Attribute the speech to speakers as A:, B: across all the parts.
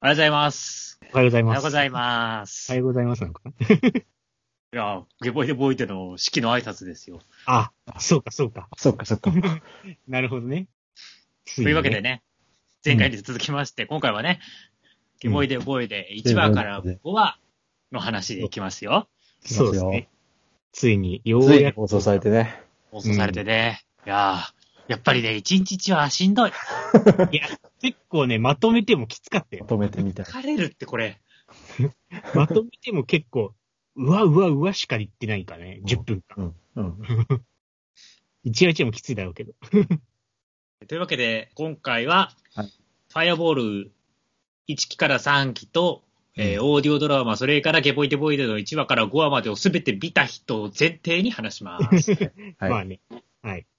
A: おはようございます。
B: おはようござい
A: おは
B: ま
A: よう
B: す。
A: ございます。
B: おはようございます。なんか。
A: いや、ゲボイデボイデの式の挨拶ですよ。
B: あ、そうか、そうか。
C: そっかそっか。
B: なるほどね。と
A: というわけで。ね、前回に続きまして、今回はね、ゲボイデボイデ1話から5話の話でいきますよ。
B: そうですね。ついに、よ
C: つ
B: う
C: いに
B: やく。
C: 放送されてね。
A: 放送されてね。いやー、やっぱりね、1日1話はしんどい。
B: いや、結構ね、まとめてもきつかった
C: ま
B: よ。
C: とめてみたい。
A: 疲れるってこれ。
B: まとめても結構、うわうわうわしか言ってないからね。
C: うん
B: 10分間。
C: うん。うん。
B: 一話一話もきついだろうけど。
A: というわけで、今回は、
C: はい
A: ファイアボール1期から3期と、えー
C: う
A: オーディオドラマ、それからゲボイデボイデの1話から5話までを全て見た人を前提に話します。
C: はい
B: まあね。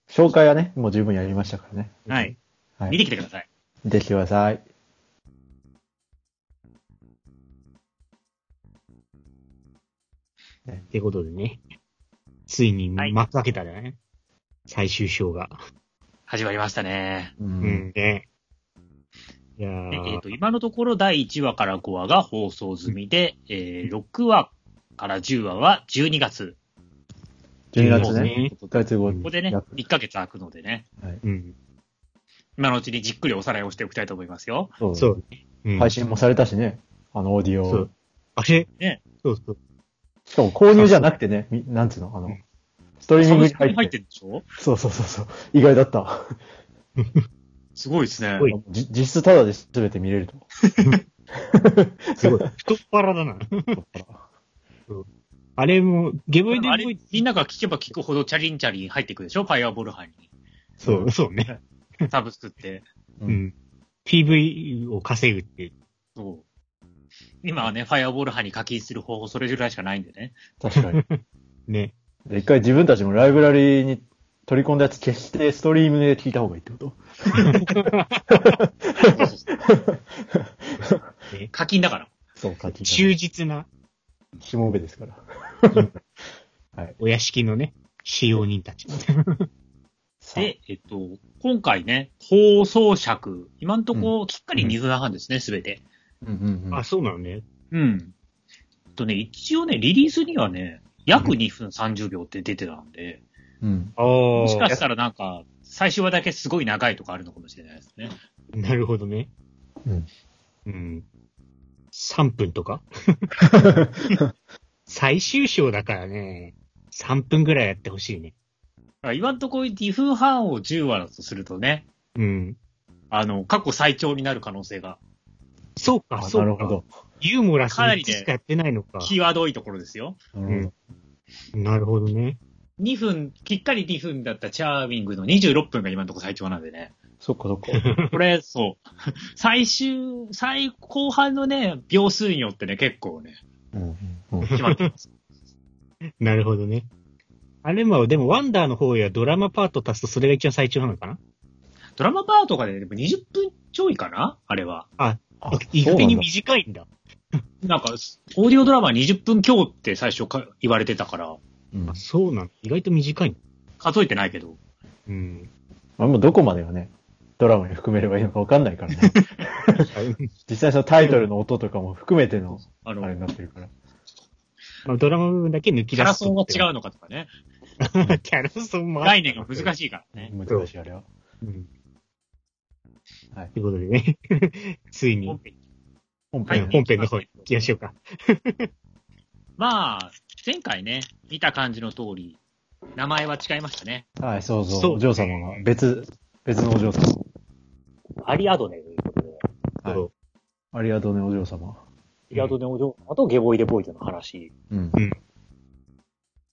C: 紹介はね、もう十分やりましたからね。
A: はい。
C: は
A: 見
C: い。
A: てきてください。
C: 見てきてください。
B: ってことでね。ついに
A: はい
B: 幕開けたじゃない最終章が。
A: 始まりましたね。
C: う。
B: うんん。ね。いや
A: でえっ、
B: ー
A: と、今のところ第1話から5話が放送済みで、えー6話から10話は12月。
B: そ
C: 12月
B: う
C: ね。
B: ね。
C: 1ヶ月後。
A: ここでね、1ヶ月空くのでね、
B: うん。
A: 今のうちにじっくりおさらいをしておきたいと思いますよ。
C: そう
B: そうね。うん
C: 配信もされたしね。あの、オーディ
B: そ
C: オ
B: う。。あれ
A: ね
B: そうそう。
C: しかも購入じゃなくてね、みなんつうのあの、ストリーミングに
A: サブスクに
C: 入
A: 入っ
C: って。
A: てるでしょ
C: そうそうそうそう。意外だった。
A: すごいですね
B: すごい
C: じ実質タダで全て見れると。
B: すごい。太っ腹だな。あれも、ゲボイデ
A: あ
B: ボ
A: れ
B: イ、、
A: みんなが聞けば聞くほどチャリンチャリン入ってくるでしょファイアボール班に。
B: そう、そうね。
A: サブスクって。
C: う
B: うんん。PV を稼ぐって、
A: そう。今はね、ファイアボール班に課金する方法それぐらいしかないんでね。
C: 確かに。
B: ね。
C: で一回自分たちもライブラリーに取り込んだやつ消してストリームで聞いた方がいいってこと
A: 課金だから。
C: そうか、聞い
B: 忠実な
C: た。しもべですから。
B: お屋敷のね、使用人たち。
A: で、えっと、今回ね、放送尺、今んとこ、きっかり2分半ですね、すべ、て。
C: うんうんうん、
B: あ、そうなのね。
A: うん。えっとね、一応ね、リリースにはね、約2分30秒って出てたんで、
C: うん。
B: ああ。
A: もしかしたらなんか、最終話だけすごい長いとかあるのかもしれないですね。
B: なるほどね。
C: うん。
B: うん。3分とか最終章だからね、3分ぐらいやってほしいね。
A: だから今んとこ2分半を10話だとするとね、
B: うん。
A: あの、過去最長になる可能性が、
B: そう
C: あ
B: か、そ
C: な
B: う
C: るほ
B: か。
C: ど。
B: ユーモラス
A: かなり
B: に
A: ね
B: しかやってないのか。
A: 際どいところですよ。
C: なるほど。
B: なるほどね。
A: 2分、きっかり2分だったチャーミングの26分が今んとこ最長なんでね。
C: そっかそっ か。
A: これ、そう。最終、最後半のね、秒数によってね、結構ね、
C: うんうん
A: 決まって ます。
B: なるほどね。あれも、でも、ワンダーの方やドラマパート足すとそれが一番最長なのかな
A: ドラマパートがね、でも20分ちょいかなあれは。
C: あ
B: 意
C: そう
B: 外
C: な
B: に
C: んだ
B: 短いんだ。
A: なんか、オーディオドラマ20分強って最初か言われてたから、
C: うん
B: あそうなんだ。意外と短いんだ。
A: 数えてないけど。
B: うん。
C: まあもうどこまでがね、ドラマに含めればいいのかわかんないからね。実際そのタイトルの音とかも含めての、
A: あの
C: あ、れになってるから。
B: まあ、ドラマ部分だけ抜き
A: キ
B: 出
A: ャラ
B: す
A: ソン
B: と
A: が
B: って。
A: 違うのかとかね。
B: 違う。キャラソンもあ
A: 概念が難しいからね。
C: 難しいあれは。
B: うん。
C: はい
B: ということでね。 ついに、
C: 本
A: はい
C: 編、
B: 本編の方行きましょうか。
A: まあ、前回ね、見た感じの通り、名前は違いましたね。
C: はい、そうそう。
B: そう
C: お嬢様が、別、別のお嬢様。
A: アリアドネということで。
C: はい
B: そう
C: ありがとうね、お嬢様。
A: アリアドネお嬢様とゲボイデボイデの話。
C: うん。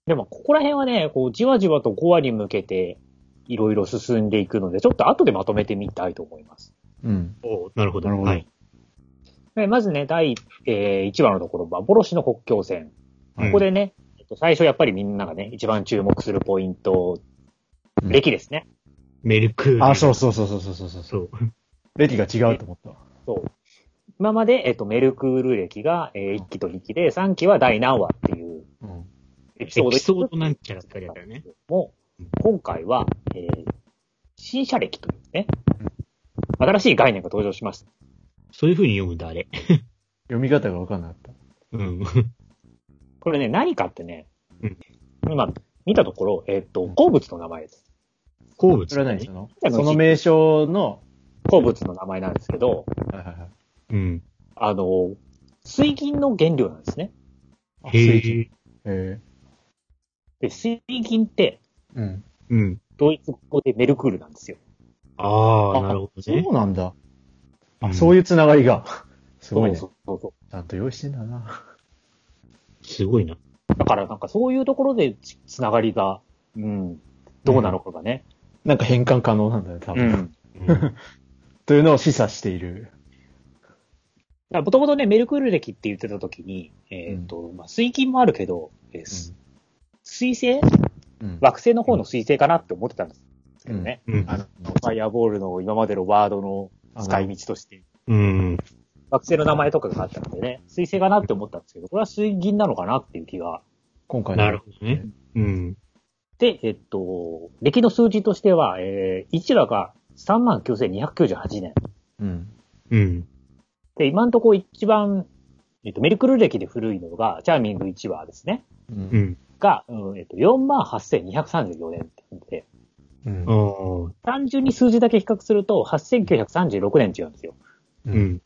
A: でも、ここら辺はね、こう、じわじわと5話に向けて、いろいろ進んでいくので、ちょっと後でまとめてみたいと思います。
C: うん。
B: おうなるほど。
C: なるほど
B: はい。
A: でまずね、第、え1話のところ、幻の国境線。
C: こ
A: ここでね、えっと最初やっぱりみんながね、一番注目するポイント、
C: うん
A: 歴ですね。
B: メルクール。。
C: あ、そううそうそうそうそうそうそう。
B: そう。
C: 歴が違うと思ったわ。
A: 今まで、えっと、メルクール歴が、え1期と2期で、3期は第何話っていう
C: うん。
A: エピソー
B: エ
A: ド
B: ピソードなんちゃらってやったよね。
A: も
B: う、
A: 今回は、えー新社歴というね
C: うん、
A: 新しい概念が登場します。
B: そういう風に読むんだ、あれ。
C: 読み方がわかんなかった。
B: うん。
A: これね、何かってね、
B: うん
A: 今、見たところ、えっと、鉱物の名前です。
B: 好物
C: それは何その
A: あの
C: その名称の、
A: 鉱物の名前なんですけど、
C: はいはいはい
B: うん。
A: あの、水銀の原料なんですね。
C: あ
B: へ
C: 水
B: え。
C: 銀へえ。
A: で、水銀って、
C: うん。
B: うん。
A: ドイツ語でメルクールなんですよ。
B: ああ、
C: あ
B: なるほど
C: そ
B: ね。
C: うなんだ。
B: うん
C: そういうつながりが。 すごいね。
A: そ
C: ち
A: うそうそう
C: ゃんと用意してんだな。
B: すごいな。
A: だからなんかそういうところでつつながりが、うん、どうなのかがね。
C: なんか変換可能なんだよ、多
A: う
C: 分。
A: ん。
B: うん
C: というのを示唆している。
A: もともとね、メルクール歴って言ってた時に、えっ、と、まあ、水銀もあるけど、えーす水星
C: うん。
A: 惑星の方の水星かなって思ってたんですけどね。
B: うん
A: あの、ファイアボールの今までのワードの使い道として、
B: うん。
A: 惑星の名前とかがあったのでね、水星かなって思ったんですけど、これは水銀なのかなっていう気が。
C: 今回の
B: なるほどね。うん。
A: で、えっと、歴の数字としては、えー、1話が39,298年。
C: うん。
B: うん。
A: で、今んとこ一番、えっと、メルクル歴で古いのが、チャーミング1話ですね。
C: う。
B: うんん。
A: が、うん、えっと、48,234年って言って、
C: うん
B: ああ。
A: 単純に数字だけ比較すると、8,936年違うんですよ。
B: うん。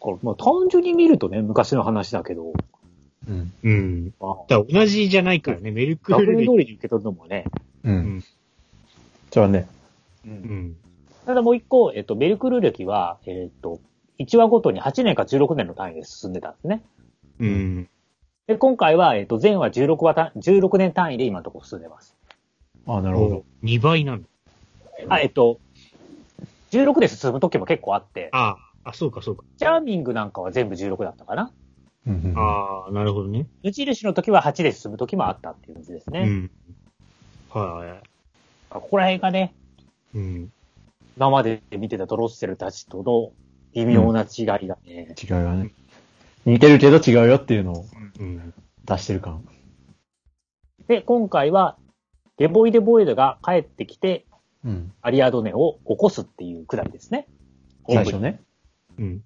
A: これ、もう単純に見るとね、昔の話だけど、
C: うん。
B: うん。
A: まあ、
B: だから同じじゃないからね、メルクー
A: 学
B: ル
A: 年
B: で
A: 通。りに受け取るのもね、
C: うんん。そうだね。
B: うん。
A: ただもう一個、えっと、メルクル歴は、えっと、1話ごとに8年か16年の単位で進んでたんですね。
B: うん。
A: で、今回は、えっと、前話16話単、16年単位で今のところ進んでます。
C: ああ、な
B: な
C: るほど。。
B: 2倍なんだ。
A: あ、えっと、16で進む時も結構あって、
B: ああ、あ、そうか、そうか。
A: チャーミングなんかは全部16だったかな。
C: うんうん
B: ああ、なるほどね。
A: 無印の時は8で進む時もあったっていう感じですね。
B: うん。は
A: ここら辺がね、
B: い。うん。
A: 今まで見てたドロッセルたちとの微妙な違いがね、
C: 違うよね。似てるけど違うよっていうのを
B: うん。
C: 出してる感。
A: で、今回は、デボイデボイドが帰ってきて、
C: うん。
A: アリアドネを起こすっていうくだりですね。
C: 最初ね。
B: うん。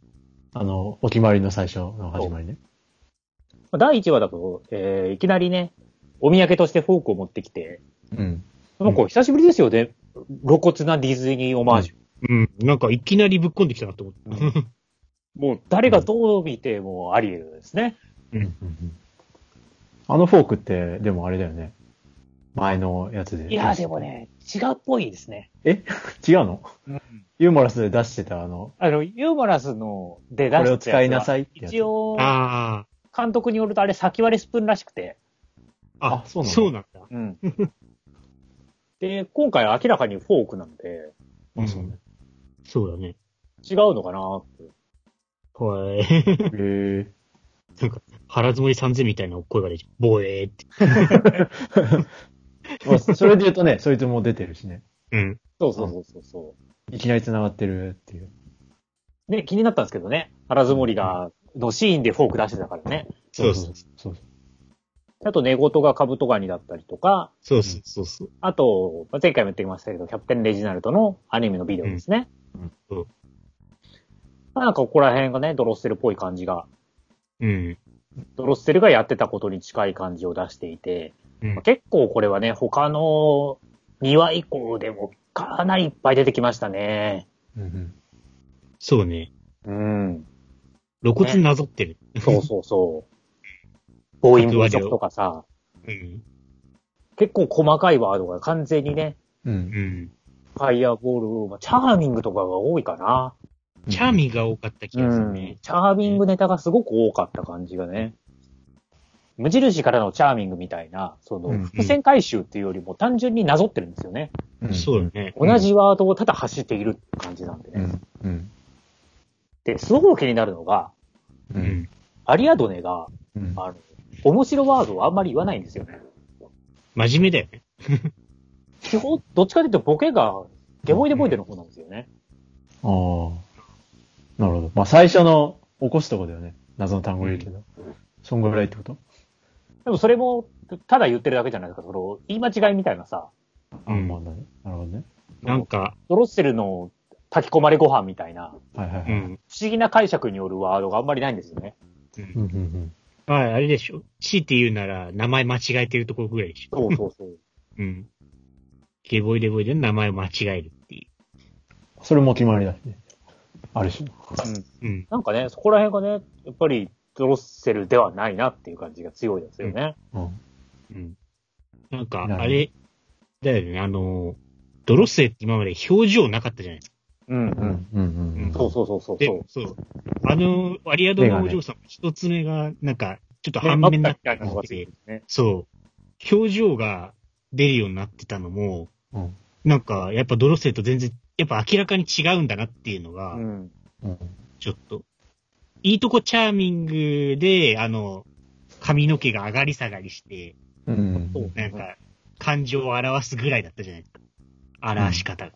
C: あの、お決まりの最初の始まりね。
A: 第1話だと、えーいきなりね、お土産としてフォークを持ってきて、
C: うん。
A: この子久しぶりですよね。露骨なディズニーオマージュ。
B: うん。なんかいきなりぶっこんできたなと思って。
A: もう誰がどう見てもアリエルですね。
C: うんうんあのフォークって、でもあれだよね。前のやつで。
A: いや、でも。ね、違うっぽいですね。
C: 違うのユーモラスで出してたあの、
A: あの、ユーモラスので出
C: こ
A: してたやつ
C: れ
A: は
C: を使いなさいってやつ
A: 一。応、
B: あ
A: 監督によるとあれ先割れスプーンらしくて。
B: あ。あ
C: あ、そうなんだ
B: そうなんだ。
A: うん。で、今回明らかにフォークなんで、
B: うん
C: あそうね。
B: そうだね。
A: 違うのかなって。
B: はい。
C: へ
B: 腹積もり3000みたいな声が出ちゃう。ボエーって。
C: え。 まあそれで言うとね、そいつも出てるしね。
B: うん。
A: そうそうそうそうそう。
C: いきなり繋がってるっていう。
A: ね、気になったんですけどね。原積もりが、のシーンでフォーク出してたからね。
B: そうそう。
C: そうそう。
A: あと、寝言がカブトガニだったりとか、
B: そうそうそうそう。
A: あと、まあ前回も言ってきましたけど、キャプテンレジナルトのアニメのビデオですね。
B: うんうん
A: まあなんかここら辺がね、ドロッセルっぽい感じが、
B: うん。
A: ドロッセルがやってたことに近い感じを出していて、
B: うん
A: まあ結構これはね、他の2話以降でもかなりいっぱい出てきましたね。
C: うんうん
B: そうね。
A: うん。
B: 露骨になぞってる。
A: そうそうそう。暴飲暴食とかさ、
B: うん。
A: 結構細かいワードが完全にね、
C: うん。
B: うん。
A: ファイアボール、まあチャーミングとかが多いかな。
B: チャーミーが多かった気がするね。
A: チャーミングネタがすごく多かった感じがね。無印からのチャーミングみたいな、その
C: う、ん
A: 伏線回収っていうよりも単純になぞってるんですよね。
C: うん
B: そうだね。
A: 同じワードをただ走っているって感じなんで
C: う
A: ね。
C: ん。うん。
A: で、すごく気になるのが、
C: う。
B: うんん。
A: アリアドネが、
C: うん
A: あの、面白ワードをあんまり言わないんですよね。
B: 真面目だよね。
A: 基本、どっちかというとボケが、デボイデボイデの方なんですよね。
C: ああ。なるほど。まあ最初の起こすとこだよね。謎の単語言うけど。そんぐらいってこと
A: でもそれも、ただ言ってるだけじゃないですか。その、言い間違いみたいなさ、
C: あ
B: うん
C: まあなるほどね。
B: なんか、
A: ドロッセルの炊き込まれご飯みたいな、
C: はいはいは
B: う
C: い。
B: ん。
A: 不思議な解釈によるワードがあんまりないんですよね。
B: うん
C: うんうんうん。
B: まあ、あれでしょ。強いて言うなら、名前間違えてるところぐらいでしょ。
A: そうそうそう。
B: うん。ゲボイデボイで名前を間違えるってい
C: それも決まりだしね。ある種の。
A: うん
B: う。うん。
A: なんかね、そこら辺がね、やっぱりドロッセルではないなっていう感じが強いですよね。
C: うん。
B: うん。なんか、
C: なるほど
B: あれ、だよね、あの、ドロッセって今まで表情なかったじゃないですか。
A: うん、
C: う
A: うん。
C: んうんうん。
A: そうそうそうそう。
B: で
A: そう、
B: そう。あの、アリアドのお嬢さん、一つ目が、なんか、ちょっと半面になって
A: ねあったみたいなのが
B: て
A: ついてるね
B: そう。表情が出るようになってたのも、
C: うん
B: なんか、やっぱドロッセと全然、やっぱ明らかに違うんだなっていうのが、
A: うん。
C: うん。
B: ちょっと。いいとこチャーミングで、あの、髪の毛が上がり下がりして、
C: うん。
A: そう
B: なんか、感情を表すぐらいだったじゃないですか。表し方が。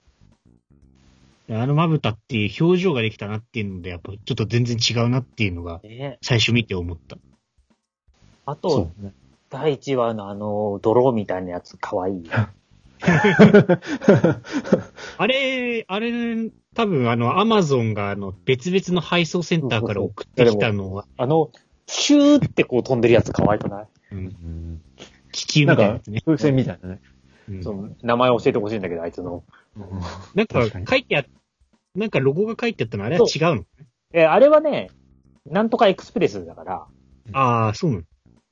B: であのまぶたっていう表情ができたなっていうので、やっぱちょっと全然違うなっていうのが、
A: ね
B: 最初見て思った。
A: あ
C: そ
A: と、
C: うね。
A: 第1話のあの、泥みたいなやつ、かわいい。
B: あれ、あれ、多分あの、アマゾンがあの、別々の配送センターから送ってきたのは、
A: あの、シューってこう飛んでるやつ、かわいくない
B: うん
C: うん
B: 気球み
C: な
B: た
C: ん
B: いなや
C: か
B: つね、。
C: 風船みたいなね。
B: うん
A: そう、名前教えてほしいんだけど、あいつの。
B: なんか
C: 確かに
B: 書いてあっなんかロゴが書いてあったの、あれは違うの
A: え、あれはね、なんとかエクスプレスだから、
B: ああ、そうなの。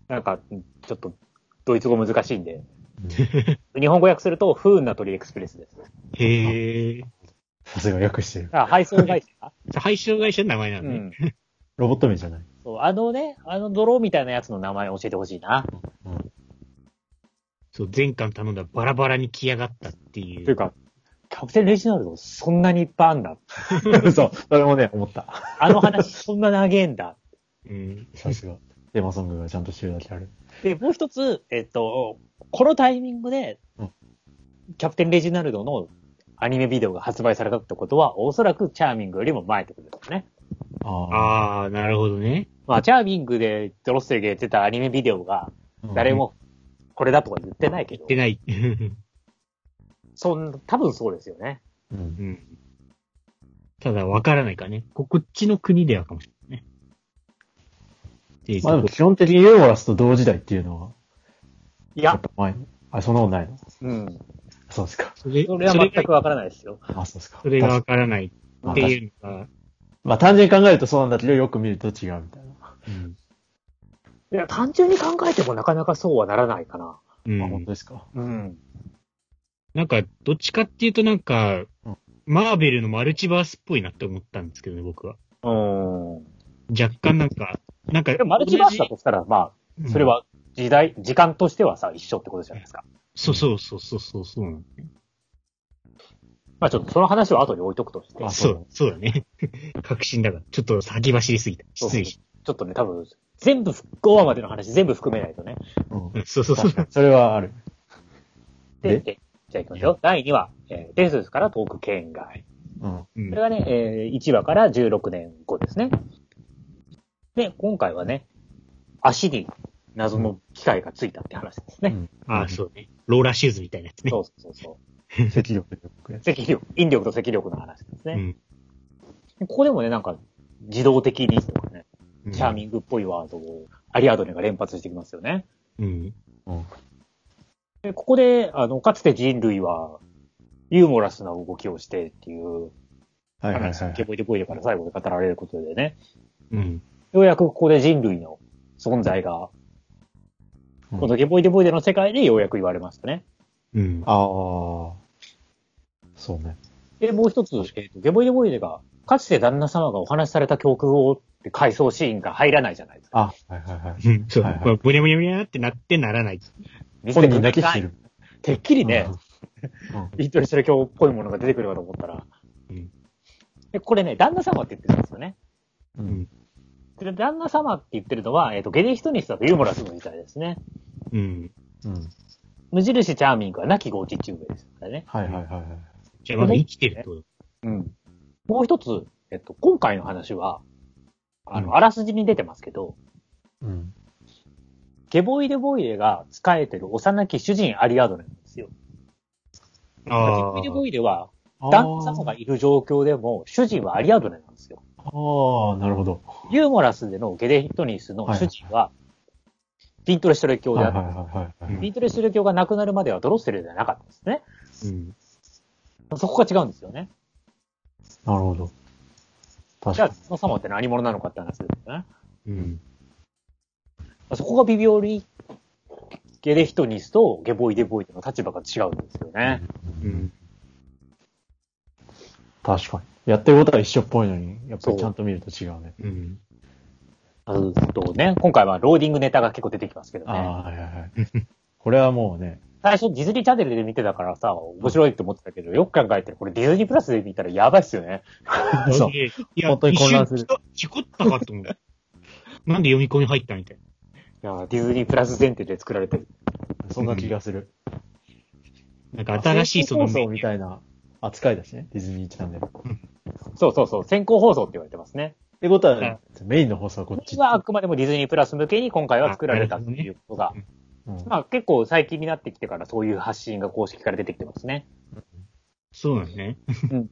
A: なんか、ちょっと、ドイツ語難しいんで、日本語訳すると、不運な鳥エクスプレスです。
B: へえ。
C: さすが訳してる。
A: あ、配送会社
B: 配信会社の名前 な
A: う
B: のね。
A: ん。
C: ロボット名じゃない。
A: そう、あのね、あの泥みたいなやつの名前教えてほしいな。
C: うん
B: そう、前回頼んだらバラバラに来やがったっていう。
A: というか、キャプテンレジナルド、そんなにいっぱいあんだ。
C: そう。それもね、思った。
A: あの話、そんな長えんだ。
B: うん。
C: さすが。テーマソングがちゃんとしてるだけある。
A: で、もう一つ、えっと、このタイミングで
C: うん、
A: キャプテンレジナルドのアニメビデオが発売されたってことは、おそらくチャーミングよりも前ってことですね。
C: ああ。
B: ああ、なるほどね。
A: まあ、チャーミングでドロッセルがやってたアニメビデオが、
C: うん
A: 誰。もこれだとか言ってないけど、
B: 出ない。
A: そん、多分そうですよね。
C: うん
B: うん。ただ、わからないからね。ここっちの国ではかもしれないね。で
C: まあでも基本的にユーモラスと同時代っていうのは、
A: い
C: やっ
A: や、
C: ぱ前に。あ、そんなことないの
A: うん。
C: そうですか。
B: それ
A: それは全くわからないですよ。
C: あ、そうですか。
B: それがわからないっ
C: 確
B: て
C: かに
B: いうのが、
C: まあ単純に考えるとそうなんだけど、よく見ると違うみたいな。
B: うん
A: いや、単純に考えてもなかなかそうはならないかな。
B: うん
C: あ、本当ですか。
A: うん。
B: なんか、どっちかっていうとなんか
C: うん、
B: マーベルのマルチバースっぽいなって思ったんですけどね、僕は。
A: うん。
B: 若干なんか、なんか
A: で、もマルチバースだとしたら、ま
B: 同
A: あ、
B: じ
A: それ、は時代、時間としてはさ、一緒ってことじゃないですか。
B: そうそうそうそうそうそうなの。
A: まあちょっとその話は後に置いとくとして
C: あ、
B: そ
C: そう
B: う、そうだね。 確信だから。ちょっと先走りすぎた。失礼し
A: ちょっとね、多分、全部、5話までの話全部含めないとね。
C: うん
B: た。そうそうそ
C: 確
B: う。
C: かに。それはある。
A: で、
C: で
A: えじゃあ行きますよ。第2話、えー、伝説から遠く県外。
C: うん。
B: うん
A: これがね、えー1話から16年後ですね。で、今回はね、足に謎の機械がついたって話ですね。
B: ああ、そうね。ローラーシューズみたいなやつね。
A: そうそうそうそう。
C: うん。赤力で僕やつ。
A: 赤力、引力と赤力の話です
B: う
A: ね。
B: ん。
A: でここでもね、なんか、自動的にとかね、
B: うん
A: チャーミングっぽいワードを、アリアドネが連発してきますよね。
B: うん。
C: うん。
A: で、ここで、あの、かつて人類は、ユーモラスな動きをしてっていう
C: はいはいはい
A: 話
C: は
A: が、ケ
C: い。
A: ボイテボイだから最後で語られることでね、
B: うん。
A: ようやくここで人類の存在が、
C: うん
A: このゲボイデボイデの世界でようやく言われましたね。
B: うん。
C: ああ。そうね。
A: で、もう一つ、えっとゲボイデボイデが、かつて旦那様がお話しされた教訓をって回想シーンが入らないじゃないですか。
C: あ、はいはいはい。
B: うんそう。
C: はいはい
B: まあ、ブニャブニャブニャってなってならない。
C: 本人だけ知る。
A: てっきりね、
C: うん。
A: イントリストレ教っぽいものが出てくるかと思ったら、
B: うん
A: で、これね、旦那様って言ってるんですよね。
C: う
B: うん
C: ん。
A: で、旦那様って言ってるのは、えっ、と、ゲネヒトニスだとユーモラスの時代ですね。
B: うん。
C: うん。
A: 無印チャーミングは亡きゴーチ中上ですからね。
C: はいはいはいはい。
B: じゃあまだ生きてるってこと。
A: うん。もう一つ、えっと、今回の話は、あ
B: う
A: の、
B: ん
A: あらすじに出てますけど、
C: うん。
A: ゲボイデボイデが仕えてる幼き主人アリアドネなんですよ。ゲ
B: あ
A: ボイデボイデは、
C: あー
A: 旦那様がいる状況でも、主人はアリアドネなんですよ。
C: ああ、なるほど。
A: ユーモラスでのゲデヒトニスの主人は、ピントレストレ教
C: は
A: で
C: い
A: あ
C: は
A: っ
C: い
A: て、
C: はいはい。
A: ピントレストレ教がなくなるまではドロッセルではなかったんですね。
B: うん。
A: そこが違うんですよね。
C: なるほど。確
A: じゃ
C: か
A: あ、殿様って何者なのかって話ですよね。
B: うん。
A: そこが微妙に、ゲデヒトニスとゲボイデボイデの立場が違うんですよね。
B: う
C: に。
B: ん。
C: 確かに。やってることは一緒っぽいのに、やっぱ
A: そう
C: りちゃんと見ると違うね。
B: うん。
A: あとね、今回はローディングネタが結構出てきますけど
C: ああ
A: ね。、
C: はいはいはい。 これはもうね、
A: 最初ディズニーチャンネルで見てたからさ、面白いと思ってたけど、よく考えてこれディズニープラスで見たらやばいっすよね。
C: そう
B: いや、
C: 本当に混乱する
B: 一瞬事故ったかと思う。なんで読み込み入ったみたいな。
A: いやーディズニープラス前提で作られてる。
C: そんな気がする。
B: なんか新しいその
C: 放送みたいな扱いだしね、ディズニーチャンネル。っ
A: そうそうそう、先行放送って言われてますね。
C: てことは、
B: はい
C: メインの放送はこ
A: こ
C: っ
A: っ
C: ち
A: ち。はあくまでもディズニープラス向けに今回は作られたっていうことが、
C: うん
A: まあ結構最近になってきてからそういう発信が公式から出てきてますね。
B: そうなんですね。
A: うん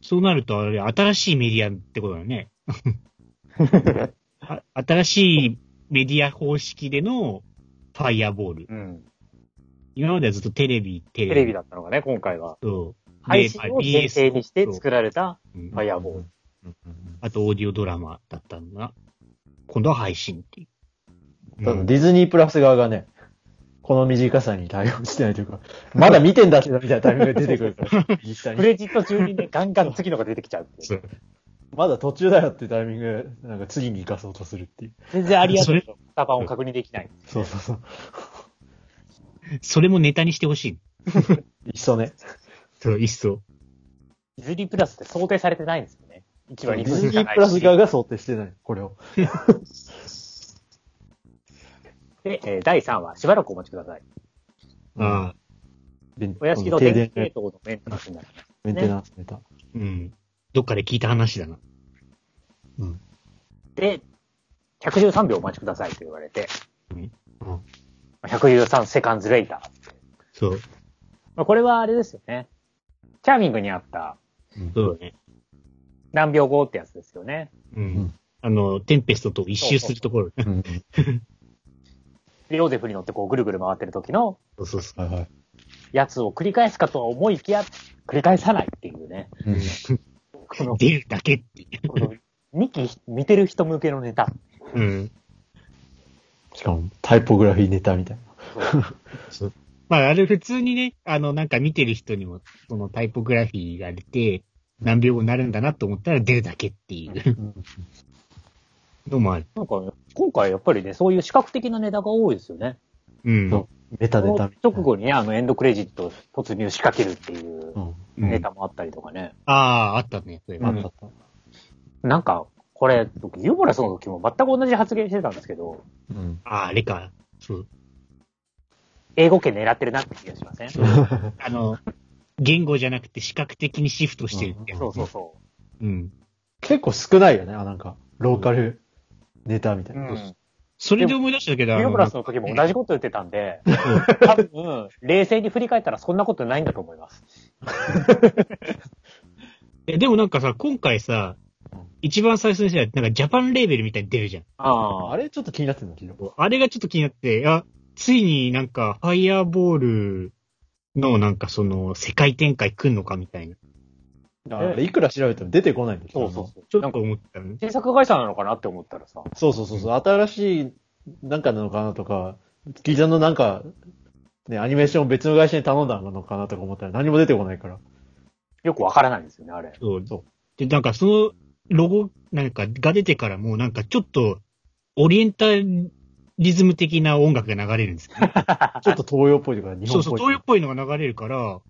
B: そうなると、あれ、新しいメディアってこと だね。あ新しいメディア方式でのファイアボール。
A: うん。
B: 今まではずっとテレビ、テレビ。
A: テレビだったのがね、今回は。
B: と、
A: 配信を前提にして
B: そう
A: 作られた
B: うん
A: ファイアボール。
C: うんうん
B: あとオーディオドラマだったのが、今度は配信っていう。
C: ただディズニープラス側がね、この短さに対応してないというか、まだ見てんだけどみたいなタイミングが出てくるから、 実際
A: ク
C: に。
A: レジット中にね、ガンガン次のが出てきちゃうっていう。
B: そう
C: まだ途中だよっていうタイミングで、なんか次に生かそうとするっていう。
A: 全然ありやすい
B: そ
A: 型番を確認できない。
C: そうそうそう。
B: それもネタにしてほしい。
C: いっそね。
B: そう、いっそ。
A: ディズニープラスって想定されてないんですよね。一
C: デ
A: 話に
C: ィズニープラス側が想定してない、これを。
A: で、えー第3話、しばらくお待ちください。
B: ああ、
C: で
A: お屋敷の
C: 停
A: 電
C: 電
A: 気
C: の
A: 系統のメンテナンスになる。
C: メンテナンスネタ。
B: うん。どっかで聞いた話だな。
C: うん。
A: で、113秒お待ちくださいと言われて、
B: うん
A: 113セカンズレイター。
B: そう、
A: まあ、これはあれですよね。チャーミングにあった
B: そうだね。
A: 何秒後ってやつですよね。
B: うん。
C: うん
B: あの、テンペストと一周するところ。
C: うん
A: で、ヨーゼフに乗ってこうぐるぐる回ってる時の
B: そうそうそ
C: はいはい。
A: やつを繰り返すかとは思いきや、繰り返さないっていうね。
C: うん
A: こ
B: う。
A: の、
B: 出るだけってい
A: この2期見てる人向けのネタ。
B: う。うん。
C: しかも、タイポグラフィーネタみたいな。
B: まあ、あれ普通にね、あの、なんか見てる人にも、そのタイポグラフィーが出て、何秒後になるんだなと思ったら出るだけっていうのもある。
A: なんか、今回やっぱりね、そういう視覚的なネタが多いですよね。
B: うん。
C: そメタ
A: そ
C: ネ
A: の
C: タみたいな。
A: 直後にね、あのエンドクレジット突入仕掛けるっていう
C: うん。
B: うん
A: ネタもあったりとかね。
B: ああ、あったね。それ
C: あったあった。
A: なんか、これ、ユーモラスの時も全く同じ発言してたんですけど、
C: うん。
B: ああ、あれか。そう。
A: 英語圏狙ってるなって気がしませんそ
B: あの、言語じゃなくて視覚的にシフトしてるって。
A: うそうそ。
B: うん。
C: 結構少ないよね、あ、なんか、ローカルネタみたいう
A: う
C: な。
A: ん。
B: それで思い出したけど、あ
A: ユー
B: の
A: モラスの時も同じこと言ってたんで、多分、冷静に振り返ったらそんなことないんだと思います。
B: えでもなんかさ、今回さ
C: うん、
B: 一番最初にさ、なんかジャパンレーベルみたいに出るじゃん。
A: あ
C: あ
A: あ。
C: れちょっと気になってんだけど。
B: あれがちょっと気になって、あ、ついになんか、ファイアーボールのなんかその、世界展開来んのかみたいな。
C: あれいくら調べても出てこないんだけ
A: そ
C: ど。
A: うそうそう。
B: ちょ
A: な
B: っ
A: んか
B: と、思ったのね。
A: 制作会社なのかなって思ったらさ、
C: そうそうそうそう。新しい、なんかなのかなとか、ギザのなんか、ね、アニメーションを別の会社に頼んだのかなとか思ったら何も出てこないから。
A: よくわからないんですよね、あれ。
B: そう
C: そ
B: で、なんかその、ロゴ、なんか、が出てからもうなんかちょっと、オリエンタリズム的な音楽が流れるんですよね。
C: ちょっと東洋っぽいとか日
B: そ
C: 本
B: う
C: っ
B: そう、
C: ぽい。
B: 東洋っぽいのが流れるから、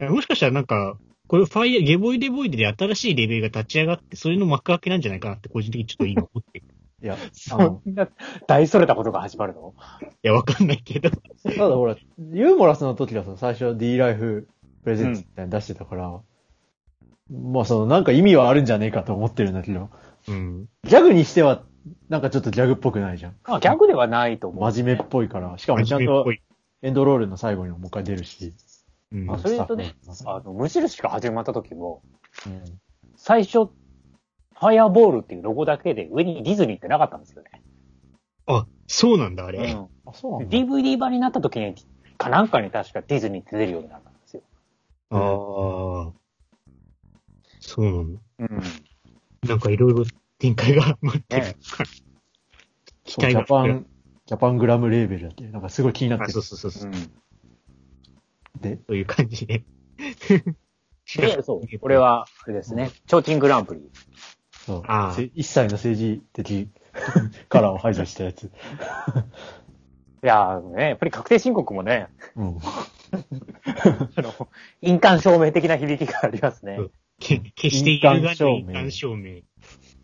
B: えもしかしたらなんか、これファイア、ゲボイデボイデで新しいレベルが立ち上がって、それの幕開けなんじゃないかなって個人的にちょっと今思ってる。い
C: いや、あ
A: そ
C: の、
A: んな、大それたことが始まるの
B: や、わかんないけど。
C: ただほら、ユーモラスの時はさ、最初は D ライフプレゼンツみたいに出してたから、まあその、なんか意味はあるんじゃねえかと思ってるんだけど、
B: うん。
C: ギャグにしては、なんかちょっとギャグっぽくないじゃん。
A: まあ、ギャグではないと思う。
C: 真面目っぽいから、しかもちゃん
B: 真面目っ
C: と
B: ぽい
C: エンドロールの最後にももう一回出るし、
B: うん
A: あそれで言うとね
C: スタッ
A: あの、無印が始まった時も、
C: フのうん
A: 最初、ファイアボールっていうロゴだけで上にディズニーってなかったんですよね。
B: あ、そうなんだ、あれ。
A: う
C: あ、そうなん
A: ん。
C: だ。
A: DVD 版になった時に、かなんかに確かディズニーって出るようになったんですよ。
B: ああ。そうなんだ。
A: うん。
B: なんかいろいろ展開が 待ってる
A: ね。
B: 期
C: そ
B: 待
C: うジ
B: が
C: ャ
B: 膨
C: パ
B: らむ
C: ン、ジャパングラムレーベルだって、なんかすごい気になって
B: あ、
C: る
B: そうそうそうそうう。
A: ん。
C: で、
B: という感じで。
A: で、そう。これは、あれですね。提灯グランプリ。
C: そう
B: あー
C: せ一切の政治的カラーを排除したや つ。
A: いやーね、やっぱり確定申告もね、
C: うん。
A: あの、印鑑証明的な響きがありますね。
B: う
A: い
B: んけ 決して揺るがない印鑑証明。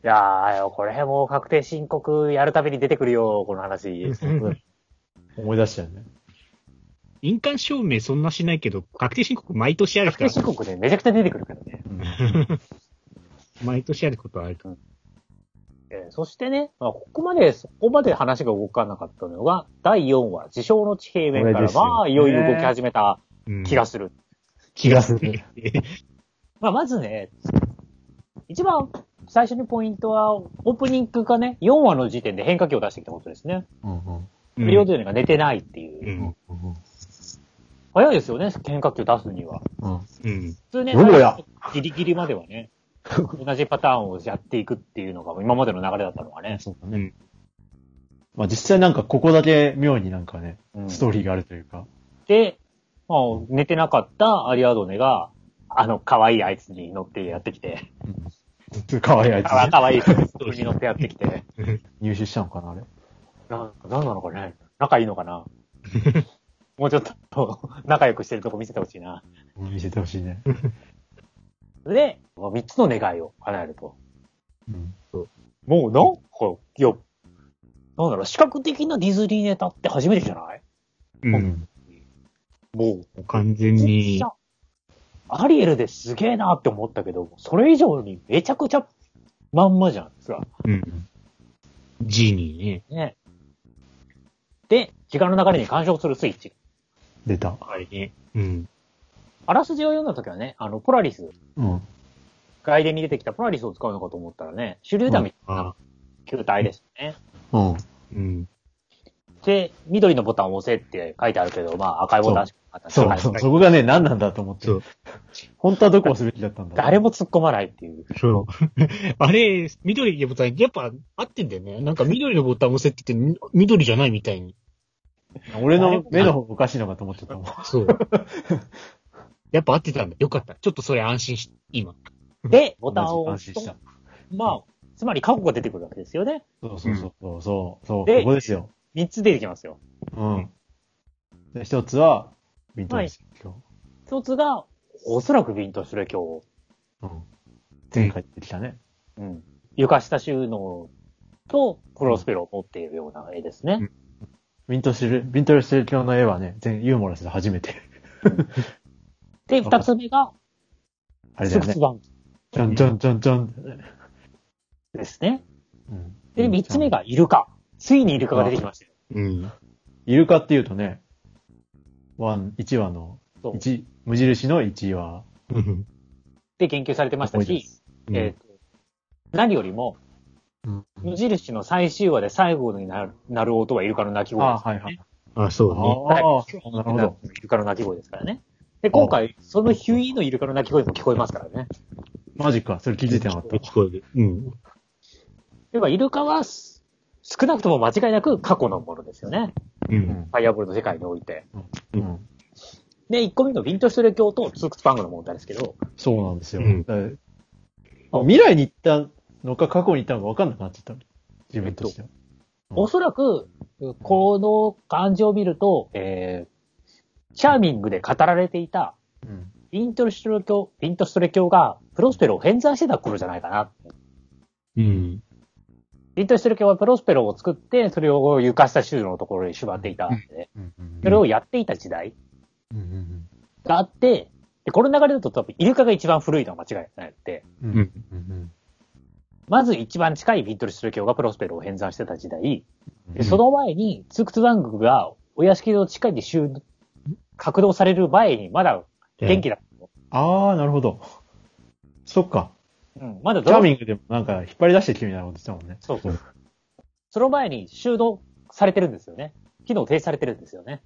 A: やー、これも確定申告やるたびに出てくるよ、この話。
C: 思い出したよね。
B: 印鑑証明そんなしないけど、確定申告毎年ある
A: 確
B: から
A: 定、申告ね、めちゃくちゃ出てくるからね。
C: うん
B: 毎年あることはあるから。
A: えーそしてね、まあ、ここまで、そこまで話が動かなかったのが、第4話、自称の地平面か
C: これ
A: ら、
C: ですよ
A: まあ、いよいよ動き始めた
B: うん
A: 気がする。
C: 気がする。
A: まあ、まずね、一番最初にポイントは、オープニングがね、4話の時点で変化球を出してきたことですね。
C: うんうん
B: うん
A: ビリオドゥーネが寝てないっていう。
B: うん。
C: うん
A: 早いですよね、変化球出すには。
C: うん。
B: うん。
A: 普通ね、
C: どうや
A: ギリギリまではね、同じパターンをやっていくっていうのが今までの流れだったのがね。
C: そうだ
B: う
C: ね。
B: ん。
C: まあ実際なんかここだけ妙になんかね、ストー
A: リー。
C: リーがあるというか。
A: で、まあ、寝てなかったアリアドネが、あの、可愛いあいつに乗ってやってき て、
C: かわいいあいつ
A: あ
C: ね。
A: 可愛い人に乗ってやってきて、
C: 入手したのかな、あれ。
A: な、なんなのかね仲いいのか なもうちょっと仲良くしてるとこ見せてほしいな。
C: 見せてほしいね。
A: で、まあ三つの願いを叶えると。
C: うん。
A: もうなんか、いや、なんだろう、視覚的なディズニーネタって初めてじゃない
B: うん
C: うん
A: も
B: もう完全
A: う、
B: に、
A: アリエルですげえなって思ったけど、それ以上にめちゃくちゃまんまじゃん。さ
B: うん。ジーニーね。
A: ね。で、時間の流れに干渉するスイッチ。
C: 出た。
B: あれね。うん。
A: あらすじを読んだ時はね、あの、ポラリス、
C: うん。
A: 外伝に出てきたポラリスを使うのかと思ったらね、手榴弾みたい
B: あ
A: な球体でしたね。
C: うん。
B: うん。
A: で、緑のボタンを押せって書いてあるけど、まあ赤いボタンしかなかったし
C: そう
A: 赤い
C: そう。そこがね、何なんだと思って
B: そう。
C: 本当はどこをすべきだったんだ
A: 誰 も突っ込まないっていう。
B: そう。 あれ、緑のボタン、やっぱ合ってんだよね。なんか緑のボタン押せって言って、み緑じゃないみたいに。
C: 俺の目の方がおかしいのかと思っちゃったもん。
B: そう。やっぱ合ってたんだ。よかった。ちょっとそれ安心し、今。
A: で、ボタンを
C: 安
A: 押す
C: 心
A: と
C: した。
A: まあ、つまり過去が出てくるわけですよね。
C: そうそうそうそうそう。そう
A: で
C: ここですよ。
A: 三つ出てきますよ。
C: うん。で、一つは、ビントンですよ。
A: 一つが、おそらくビンとシュレ教。
C: うん。全帰ってきたね。
A: うん。床下収納とプロスペロを持っているような絵ですね。
C: ビントシル、ビントルシル教の絵はね、全ユーモラスで初めて。
A: で、二つ目が、
C: あれだ
A: ス
C: よ
A: ク
C: ね
A: ス。バン
C: ちょんちょんちょんちょん。
A: ですね。
C: うん
A: で、三つ目。がイルカ。ついにイルカが出てきましたよ。
B: うん。
C: イルカっていうとね、ワン、一話の、
A: そう
C: 一、無印の一話。
B: うん。
A: で、言及されてました
C: 思い出
A: し、えーと何よりも、
C: うん
A: 無印の最終話で最後になるなる音はイルカの鳴き声で
C: ああ、
A: す。
C: はいはい。
B: あ、そう
A: だ
B: ね。
A: から
C: ああ、
A: 今日
C: なるほど。
A: イルカの鳴き声ですからね。で、今回、そのヒュイのイルカの鳴き声も聞こえますからね。
C: マジか。それ気づいてなかった。
B: 聞こえる。うん。
A: 要は、イルカは、す少なくとも間違いなく過去のものですよね。
B: う。
C: うんん
A: ファイアボールの世界において。
C: うん。
A: で、1個目のビントシュレ教とツークスパングの問題ですけど、
C: そうなんですよ。
B: うん
C: だからまあ未来に行ったのか過去に行ったのか分かんなくなっちゃった。自分としては。うん
A: おそらく、この感じを見ると、えー、チャーミングで語られていた、
C: うん。
A: ビントシュレ教、ビントシュレ教が、プロスペロを変罪してた頃じゃないかな。
B: うん。
A: ビントシュレ教はプロスペロを作って、それを床下収納のところに縛っていたんで、
C: うんうん
A: それをやっていた時代
C: うん
A: があって、で、この流れだと多分、イルカが一番古いのは間違いないって、
C: うんう
B: うんん。
C: うん
A: まず一番近いビントルシュル教がプロスペルを編纂してた時代、
C: う
A: で
C: ん
A: その前にツークツバングがお屋敷の地下に収、格納される前に、まだ元気だ。
C: あー、なるほど。そっか。
A: うん。まだ
C: チャーミ
A: ン
C: ングでもなんか引っ張り出してきてみたいなこと言ってたもんね。
A: そうそう。その前に収納されてるんですよね。機能停止されてるんですよね。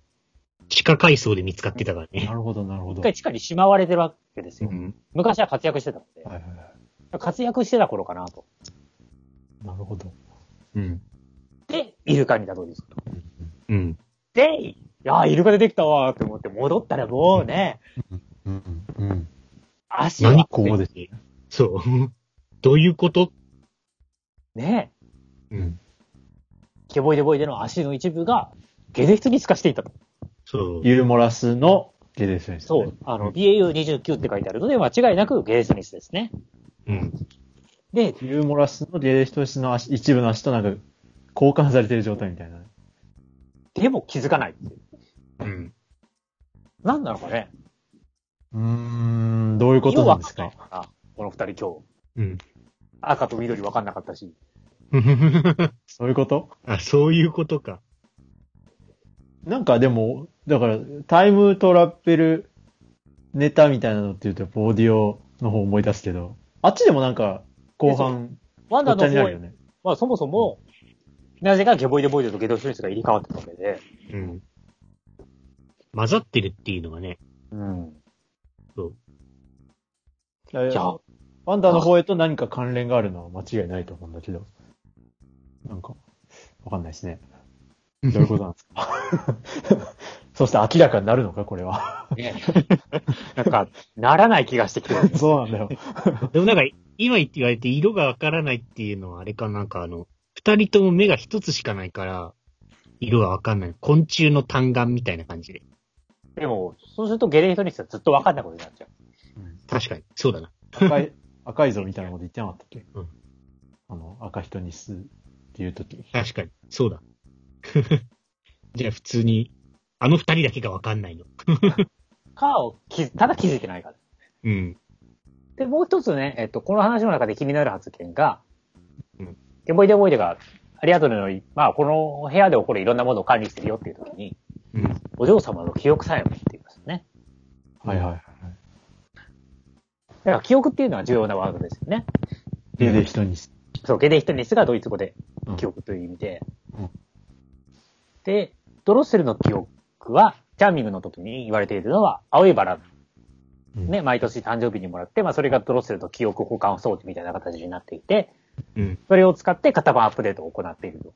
B: 地下階層で見つかってたから
C: な
B: ね。
C: るほど、なるほ
A: 一
C: ど。は
A: 回
C: い
A: 地下にしまわれてるわけです
B: う
A: よ。
B: ん。
A: 昔は活躍してたの
C: はいは
A: で。活躍してた頃かなと。
C: い。なるほど。
B: うん。
A: で、イルカにたどり着くと。
B: うん。
A: で、いやーイルカ出てきたわーって思って戻ったらもうね、
C: うん、うん。
A: 足
B: 何
A: が。
B: ここですね。そう。どういうこと
A: ね、
B: うん。
A: ケボイデボイデの足の一部が、ゲデヒツに透かしていたと。
B: そう。
C: ユーモラスのゲデスです、ね。
A: そう。。あの、BAU29 って書いてあるので、間違いなくゲデスミスですね。
B: うん。
A: で、
C: ユーモラスのゲデストスの足一部の足となんか交換されてる状態みたいな。
A: でも気づかないっていう。
B: うん。
A: 何なのかね。
C: うーん、どういうことなんですか
A: よくわんないなこの二人今日。
B: うん。
A: 赤と緑分かんなかったし。
C: そういうこと
B: あ、そういうことか。
C: なんかでも、だから、タイムトラベルネタみたいなのって言うと、オーディオの方思い出すけど、あっちでもなんか、後半、
A: ワンダ
C: ごっちゃ
A: の
C: にな
A: 方
C: るよね。
A: はそもそも、なぜかゲボイデボイデとゲドシュミスが入れ替わってたわけで。
B: うん。混ざってるっていうのがね。
A: うん。いや、
C: ワンダーの方へと何か関連があるのは間違いないと思うんだけど。なんか、わかんないですね。どういうことなんですか そして明らかになるのかこれは。
A: ね なんか、ならない気がしてきてる。
C: そうなんだ よ。
B: でもなんか、今言って言われて色がわからないっていうのはあれかなんかあの、二人とも目が一つしかないから、色がわかんない。昆虫の単眼みたいな感じで。
A: でも、そうするとゲデヒトニスはずっと分かんないことになっちゃう。
B: 確かに。そうだな。
C: 赤い、赤いぞみたいなこと言ってなかったっけ
B: うん
C: あの、赤人にすっていうとき。
B: 確かに。そうだ。 じゃあ普通に、あの二人だけがわかんないの。
A: かを気づ、ただ気づいてないから。
B: うん。
A: で、もう一つね、えっと、この話の中で気になる発言が、
B: うん
A: ゲボイデボイデが、アリアドネの、まあ、この部屋で起こるいろんなものを管理してるよっていう時に、
B: うん。
A: お嬢様の記憶さえもって言いますよね。
C: はいはいはい。
A: だから記憶っていうのは重要なワードですよね。
C: ゲデ人にす。
A: そう、ゲデヒトニスがドイツ語で
C: うん
A: 記憶という意味で。
C: うん
A: で、ドロッセルの記憶は、チャーミングの時に言われているのは、青いバラ。
C: うん
A: ね、毎年誕生日にもらって、まあ、それがドロッセルの記憶保管装置みたいな形になっていて、
B: うん。
A: それを使って型番アップデートを行っていると。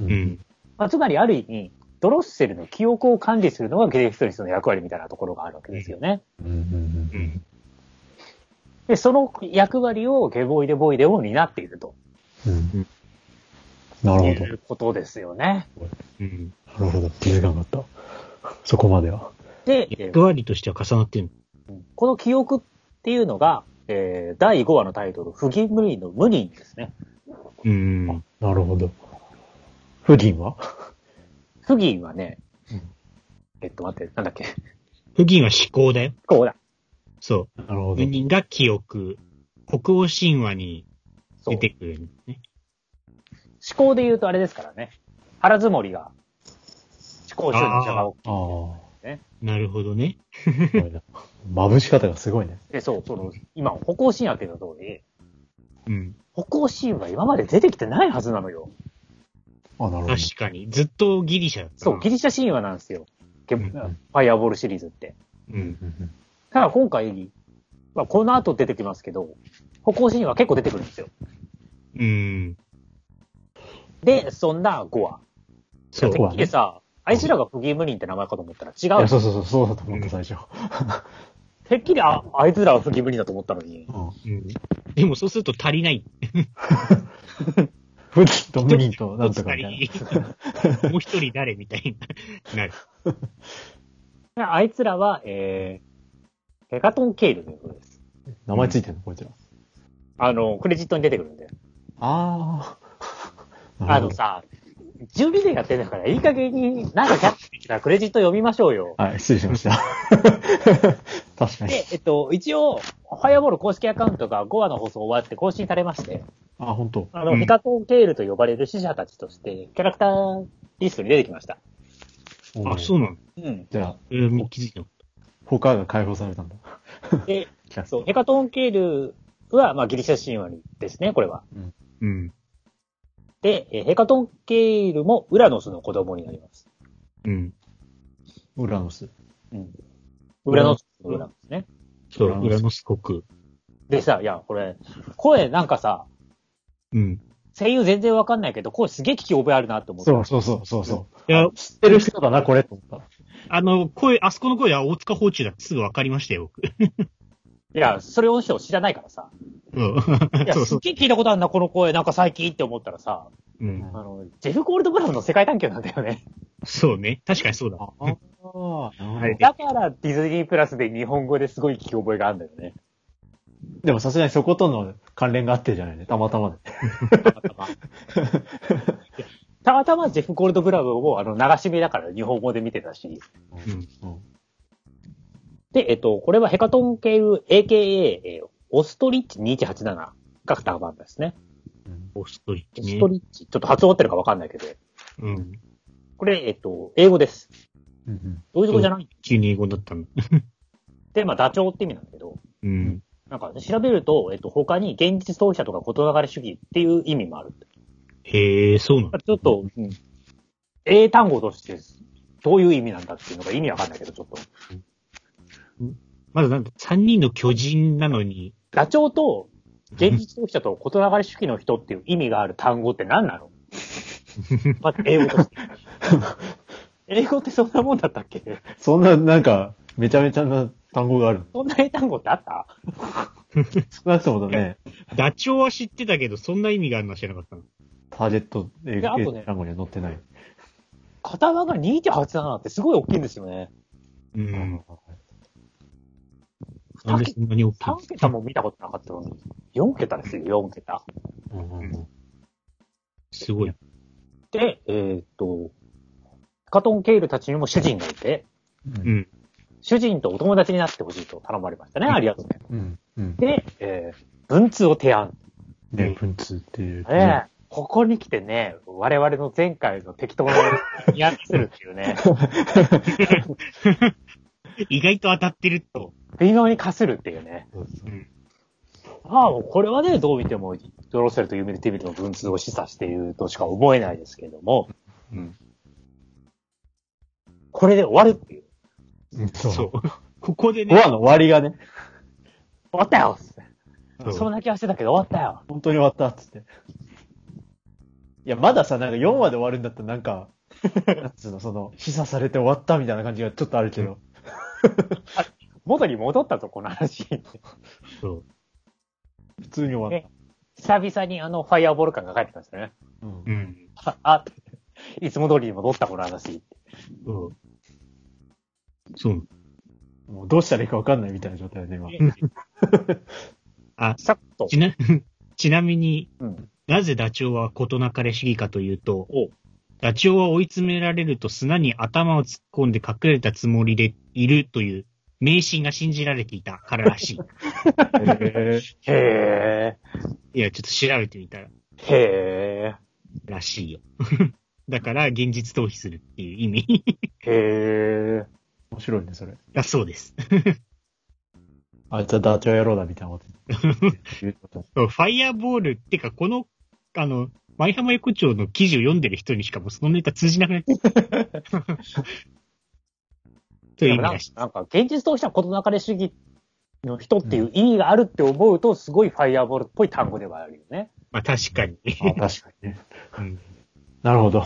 C: う
B: う。ん。
A: まあ、つまりある意味、ドロッセルの記憶を管理するのがゲデヒトニスの役割みたいなところがあるわけですよね。
C: うんうん
B: うん。
A: で、その役割をゲボイデボイデを担っていると
C: うんうんなるほ
A: い
C: ど。
A: うことですよね。
B: うん。
C: なるほど。気づかなかった。そこまでは。
A: で、え
B: 役割としては重なってる
A: ーこの記憶っていうのが、えー第5話のタイトル、不義無理の無理ですね。
B: の。うん。
C: なるほど。フディンは
A: 不義はね
C: うん、
A: えっと待って、なんだっけ。
B: 不義は思考だよ。
A: こうだ。
B: そ
C: なるほ
B: う。
C: ど
B: 不。義が記憶。北欧神話に
A: そう
B: 出て
A: 思
B: くるんですね。
A: 考で言うとあれですからね。原積もりが、思考集の者が
C: ああ。
B: なるほどね。
C: すごいな眩し方がすごいね。
A: で、そう、その、今、歩行神話って言った通り、
B: うん。
A: 歩行神話今まで出てきてないはずなのよ。
C: あ、なるほど。
B: 確かに。ずっとギリシャだったな。
A: そう、ギリシャ神話なんですよ。ゲ
B: うん
A: ファイアボールシリーズって。
B: うん。
C: うん
A: ただ今回、まあ、この後出てきますけど、歩行神話結構出てくるんですよ。
B: うん。
A: で、そんな5話。
B: そう。
C: 5話ね
A: でさ、あいつらが不義無人って名前かと思ったら違
C: いうや。そうそうそう、そうだと思った、最初。
A: てっきりあ、あいつらは不義無人だと思ったのに。
C: うん
B: うん。でもそうすると足りない。
C: フディンとムニンとなんとかみたいな。
B: 一人足りもう一人 誰みたいな。なる。
A: であいつらは、えー、ヘカトンケイルということです。
C: 名前ついてんのこいつら。
A: あの、クレジットに出てくるんで。
C: ああ。な
A: あ
C: るほ
A: の
C: ど。
A: さ、準備でやってんだから、いい加減に、なんかキャッチできたらクレジット読みましょうよ。
C: はい、失礼しま した。確かに
A: で。、えっと、一応、ファイアボール公式アカウントが5話の放送終わって更新されまして、
C: あ、本当。
A: あ
B: う
A: の、
B: ん
A: ヘカトンケールと呼ばれる死者たちとして、キャラクターリストに出てきました。
B: あ、そうなの
A: うん。
C: じゃあ、
B: えー、もう気づいたの。
C: 他が解放されたんだ。
A: で、
C: キャス
A: そう、ヘカトンケールは、まあ、ギリシャ神話ですね、これは。
B: うん。
A: で、えーヘカトンケールもウラノスの子供になります。
B: うん。
C: ウラノス。
A: ウラノスのウラノスね。
B: そう
C: ウラノ、ス
B: ウラノス国。
A: でさ、いや、これ、声なんかさ、
B: うん。
A: 声優全然わかんないけど、声すげえ聞き覚えあるなって思って。
C: そうそうそうそうそう。
B: いや、
C: 知ってる人だな、これ、と思った。
B: あの、声、あそこの声は大塚包中だってすぐわかりましたよ、僕。
A: いや、それを人知らないからさ。
B: うん
A: いや、
B: そう
A: す
B: そ
A: っげえ聞いたことあるな、この声、なんか最近って思ったらさ、
B: う。うん。
A: あの、ジェフ・ゴールドブラウンの世界探求なんだよね。
B: そうね。確かにそうだ。
C: ああ、
B: はい
A: だから、ディズニープラスで日本語ですごい聞き覚えがあるんだよね。
C: でもさすがにそことの関連があってじゃないね。たまたまで。
A: たまたま。たまたまジェフ・ゴールドブラウンを、あの、流し目だから日本語で見てたし。
C: うん。
A: で、えっと、これはヘカトンケール AKA、えーオストリッチ2187が2番ですね。
C: うん
B: オストリ
A: オ
B: ッチ
A: ス
B: ね
A: ト。リッチ。ちょっと発音合ってるかわかんないけど。
B: うん。
A: これ、えっと、英語です。
C: うん。
A: ドイツ語じゃない。
B: 急に英語だったの。
A: で、まあ、ダチョウって意味なんだけど。
B: うん。
A: なんか、調べると、えっと、他に現実逃避者とか言流れ主義っていう意味もある。
B: へえ、そうなの
A: ちょっと、うん、英単語として、どういう意味なんだっていうのが意味わかんないけど、ちょっと。
B: まだなんか、三人の巨人なのに、
A: ダチョウと、現実逃避者と言流れ主義の人っていう意味がある単語って何なのまず英語として。英語ってそんなもんだったっけ
C: そんな、なんか、めちゃめちゃな単語がある。
A: そんな英単語ってあった
C: 少なくともだね、
B: ダチョウは知ってたけど、そんな意味があるのは知らなかったの。
C: ターゲット、え
A: であとね
C: 単語には載ってない。
A: 片側が2.87ってすごい大きいんですよね。
B: う。。
C: うん
A: な
B: なんん
A: で
B: で
A: そ
B: そんなに大きい
A: 3桁も見たことなかったのに。4桁ですよ、4桁。
B: すごい。
A: で、えーっと、カトン・ケールたちにも主人がいて、
B: う。
C: うん
A: 主人とお友達になってほしいと頼まれましたね。ありがとうね。
C: ん。うん。
A: で、えー、文通を提案。
C: で、文通っていう。
A: ねえ、ここに来てね、我々の前回の適当なニヤッとするっていう ね、
B: 意外と当たってると。
A: 微妙にかするっていうね。
C: そうそう
A: ああ、もうこれはね、どう見ても、ドロッセルとユーミルティビルの文通を示唆しているとしか思えないですけども、
B: うん。
A: これで終わるっていう。
C: うんそう。
B: そう。 ここで
C: 5
B: ね、
C: 話の終わりがね、
A: 終わったよ
B: そう
A: そんな気はしてたけど終わったよ
C: 本当に終わったっつって。いや、まださ、なんか4話で終わるんだったらなんか、なんつうの、その、示唆されて終わったみたいな感じがちょっとあるけど。
A: 元に戻ったぞ、この 話。
B: そう
C: 普通に終わっ
A: 久々にあの、ファイアボール感が帰ってきましたね。
C: た。うん
B: うん。
A: ああ、いつも通りに戻った、この話。
B: そう。そう。
C: もうどうしたらいいかわかんないみたいな状態だ ね、今。
B: あ、
A: さっと。
B: ちな、 ちなみに、
A: うん
B: なぜダチョウは事なかれ主義かというと
A: お、
B: ダチョウは追い詰められると砂に頭を突っ込んで隠れたつもりでいるという迷信が信じられていたからら し
C: へ
A: へ
B: い。いや、ちょっと調べてみた
A: ー。へ
B: らしいよ。 だから、現実逃避するっていう意味
A: ー。へー。
C: 面白いね、それ。
B: だそうです。
C: あいつはダチョウ野郎だみたいなこと 言ってた。
B: そうファイアボールってか、この、あの、舞浜横丁の記事を読んでる人にしかもうそのネタ通じなくなっちゃう。という意味
A: な
B: ら
A: ん
B: しい。
A: なんか、現実としては事なかれ主義の人っていう意味があるって思うと、すごいファイアボールっぽい単語ではあるよね。
B: まあ確かに。
C: あ、確かにね。
B: うん
C: なるほど。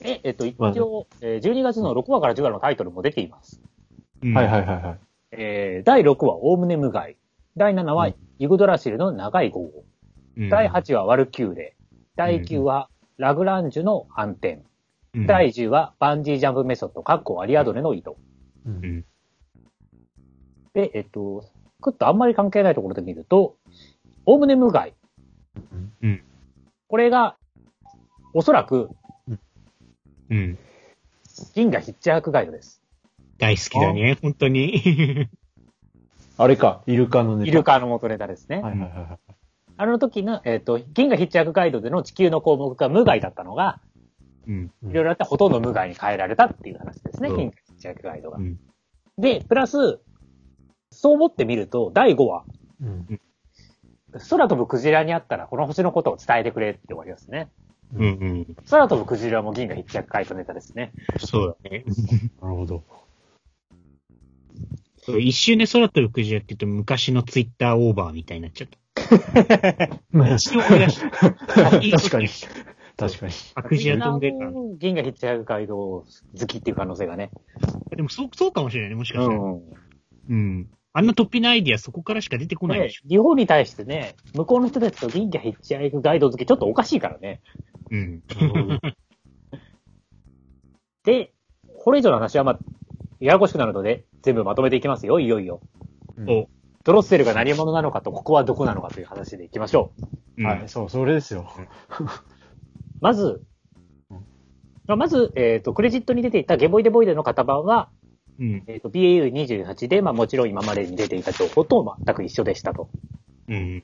A: で、えっと、一
C: まあね
A: 応、えー12月の6話から10話のタイトルも出ています。
B: うん
C: はいはいはいはい。
A: えー第6話、おおむね無害。第7
C: う
A: 話
C: ん、
A: イグドラシルの長い午後。
B: うん
A: 第8話、ワルキューレ。第9話、ラグランジュの暗転。第10話、バンジージャンプメソッド、カッコアリアドネの糸。
C: うん
A: で、えっと、クッとあんまり関係ないところで見ると、おおむね無害。
B: うん
A: これが、おそらく、
B: うんうん。
A: 銀河ヒッチハイクガイドです。
B: 大好きだね、本当に。
C: あれか、イルカのネタ。
A: イルカの元ネタですね。
C: はいはいはいはい。
A: あの時の、えっ、と、銀河ヒッチハイクガイドでの地球の項目が無害だったのが、
B: うん。
C: うん
A: いろいろあってほとんど無害に変えられたっていう話ですね、
B: うん
A: 銀河ヒッチハイクガイドが。
B: うん
A: で、プラス、そう思ってみると、第5話、
C: うん。
A: 空飛ぶクジラにあったらこの星のことを伝えてくれって終わりますね。
B: うんうん。
A: 空飛ぶクジラも銀河必着回答ネタですね。
B: そうだね。
C: なるほ ど。。
B: そう一瞬で空飛ぶクジラって言うと昔のツイッターオーバーみたいになっちゃった。一瞬思い出した
C: 確かに。確かに。
B: あ。クジラ飛んでるから。
A: 銀河必着回答好きっていう可能性がね。
B: でもそう、そうかもしれないね、もしかしたら。うん。
A: ん。
B: あんな突飛なアイディアそこからしか出てこないで
A: ね
B: しょ。
A: 日本に対してね、向こうの人たちと銀河ヒッチハイクガイド付けちょっとおかしいからね。
B: うん。
A: で、これ以上の話はまあ、ややこしくなるので、全部まとめていきますよ、いよいよ。
C: うん
B: お
A: ドロッセルが何者なのかと、ここはどこなのかという話でいきましょう。
B: うん
C: はい、そう、それですよ。
A: まず
C: うん、
A: まあまず、えっ、と、クレジットに出ていたゲボイデボイデの型番は、
B: うん。
A: えっ、と、BAU28 で、まあもちろん今までに出ていた情報と全く一緒でしたと。
B: うん。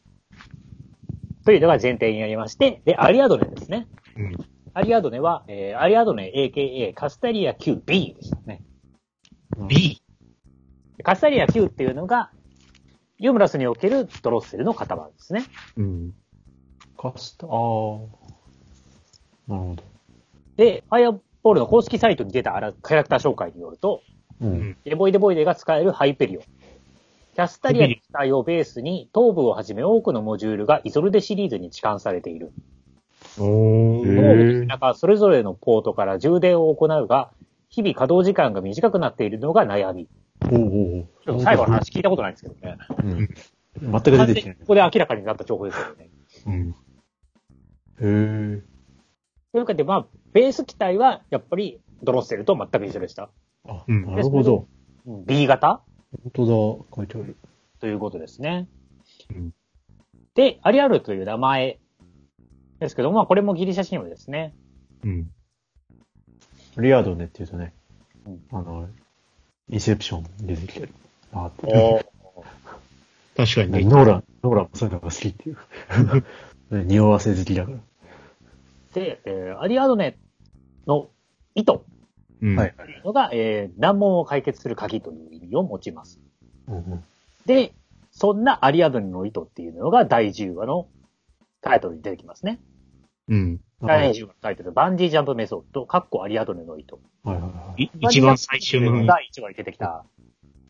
A: というのが前提にありまして、で、アリアドネですね。
B: うん。
A: アリアドネは、えー、アリアドネ AKA カスタリア 9B でしたね。
B: B。
A: カスタリア9っていうのが、ユームラスにおけるドロッセルの型番ですね。
B: うん。
C: カスタ、あー。なるほど。
A: で、ファイアボールの公式サイトに出たあらキャラクター紹介によると、
C: うん。
A: デボイデボイデが使えるハイペリオン。キャスタリアの機体をベースに、頭部をはじめ多くのモジュールがイゾルデシリーズに置換されている。
B: お
A: 頭
C: へー
B: ー。
A: 部の中、それぞれのポートから充電を行うが、日々稼働時間が短くなっているのが悩み。
C: おうおう
A: ち
C: お
A: ょっ
C: う
A: と最後の話聞いたことないんですけどね。
C: うん。全く出てきてない
A: こ。こで明らかになった情報ですよね。
B: うん。
C: へー。
A: というわけで、まあ、ベース機体は、やっぱり、ドロッセルと全く一緒でした。
C: あ、
B: うん
C: なるほど。
A: B 型
C: 本当だ、書いてある。
A: ということですね。
B: うん
A: で、アリアルという名前ですけども、まあ、これもギリシャ神話ですね。
B: うん。
C: リアードネって言うとね
A: うん、
C: あの、インセプション出てきてる。あーって
B: 確かにね。
C: ノーラン、ノーランもそういうのが好き っていう。ね匂わせ好きだから。
A: で、えーアリアドネの意図
B: うん。
C: はい。
A: のが、えー難問を解決する鍵という意味を持ちます。
C: うんうん
A: で、そんなアリアドネの意図っていうのが第10話のタイトルに出てきますね。
B: うん。
A: 第10話のタイトル、バンジージャンプメソッド、カッコアリアドネの意図。
C: はいはいはい。
B: い一番最終の。
A: 第1話に出てきた、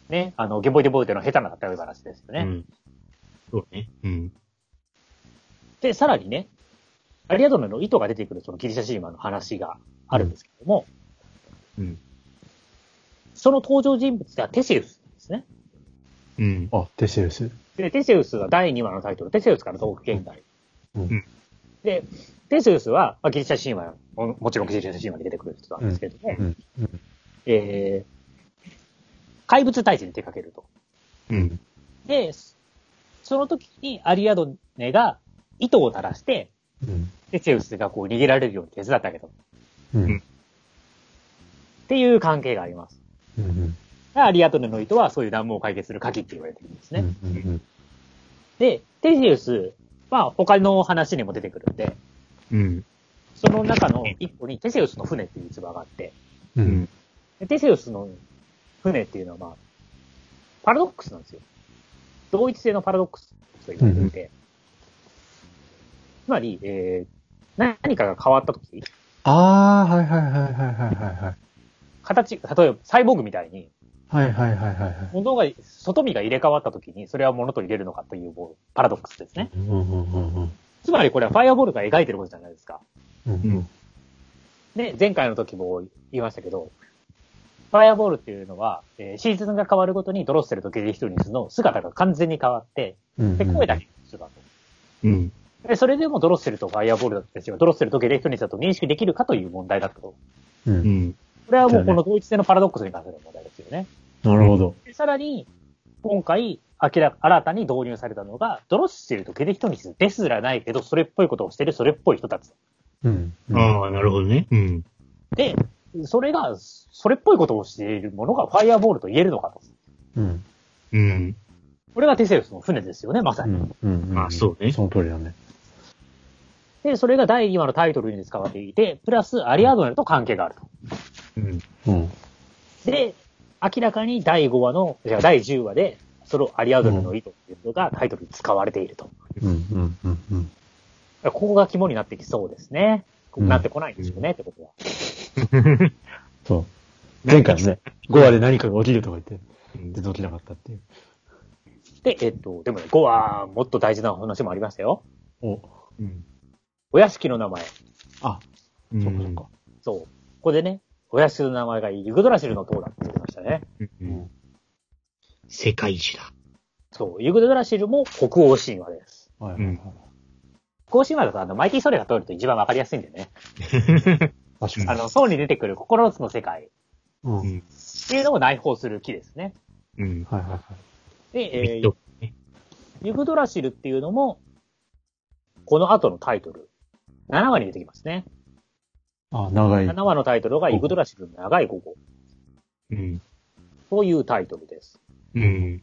A: ね、あの、ゲボイデボイデの下手な例え話ですよね。
B: うん。そうね。うん。
A: で、さらにね、アリアドネの意図が出てくるそのギリシャ神話の話があるんですけども、
B: うん。
A: その登場人物がテセウスですね。
B: うん。
C: あ、テセウス。
A: で、テセウスは第2話のタイトル、テセウスから東北現代。
C: うん
B: うん
A: で、テセウスは、まあ、ギリシャ神話も、もちろんギリシャ神話に出てくる人なんですけども、
C: うん。うん
A: えー怪物退治に出かけると。
B: うん。
A: で、その時にアリアドネが糸を垂らして、
C: うん。
A: テセウスがこう逃げられるように手伝ってあげた。っ
C: うん。
A: ていう関係があります。
C: うん。うん。
A: アリアドネの糸はそういう難問を解決する鍵って言われてるんですね。
C: うんうん
A: で、テセウスは他の話にも出てくるんで、
B: うん。
A: その中の一個にテセウスの船っていう器があって、
C: う
B: うんん。
A: でテセウスの船っていうのはまあ、パラドックスなんですよ。同一性のパラドックスと言われていて、つまり、えー、何かが変わった時、
C: ああ、はいはいはいはいはいはいはい。
A: 形、例えばサイボーグみたいに、
C: はいはいはいはいはい。
A: 物が、外身が入れ替わった時に、それは物と入れるのかというもうパラドックスですね。
C: うんうんうんうん
A: つまりこれはファイアボールが描いてることじゃないですか。
C: うん
A: で、前回の時も言いましたけど、ファイアボールっていうのは、えーシーズンが変わるごとにドロッセルとゲリヒトリスの姿が完全に変わって、
C: うん。
A: で、声だけするわ
B: うん。
A: け。で、それでもドロッセルとファイアボールたちがドロッセルとゲリヒトリスだと認識できるかという問題だったと。
C: う。
B: うんん。
A: これはもうこの同一性のパラドックスに関する問題ですよね。
C: なるほど。
A: でさらに、今回、明ら新たに導入されたのが、ドロッセルとゲデヒトニスですらないけど、それっぽいことをしてる、それっぽい人たち。
C: うん。
B: ああ、なるほどね。うん。
A: で、それが、それっぽいことをしているものがファイアボールと言えるのかと。
C: うん。
B: うん。
A: これがテセウスの船ですよね、まさ
C: う
A: に。
C: ん。うん。
B: あそうね
C: その通りだね。
A: で、それが第2話のタイトルに使われていて、プラスアリアドネと関係があると。
B: うん。
C: うん。
A: で、明らかに第5話の、じゃあ第10話で、そのアリアドルの糸っていうのがタイトルに使われていると。
C: うん、うん、うん、うん。
A: ここが肝になってきそうですね。こうなってこないんでしょうね、ってことは。
C: そう。前回のね、5話で何かが起きるとか言って、全然起きなかったっていう。
A: で、えっと、でもね、5話、もっと大事なお話もありましたよ。
C: お、
B: うん。
A: お屋敷の名前。
C: あ、
B: うん。
C: そうかそうか。
A: そう。ここでね、お屋敷の名前がユグドラシルの塔だって言ってましたね。
B: うん。世界一だ。
A: そう。ユグドラシルも北欧神話です。
C: はいは
B: う
C: い
B: ん
A: 北欧神話だと、あの、マイティーソーレが通ると一番わかりやすいんでね。
C: はい。確
A: あ
C: かに。
A: の、層に出てくる9つの世界
C: うん。は
B: う
C: い
B: ん。
A: っていうのを内包する木ですね。
B: うん。
C: はいはい。
A: で、え
B: えっ
A: ー
B: と、
A: ユグドラシルっていうのも、この後のタイトル。7話に出てきますね。
C: あ、長い。
A: 7話のタイトルがユグドラシルの長い午後。
B: うん。
A: というタイトルです。
B: うん。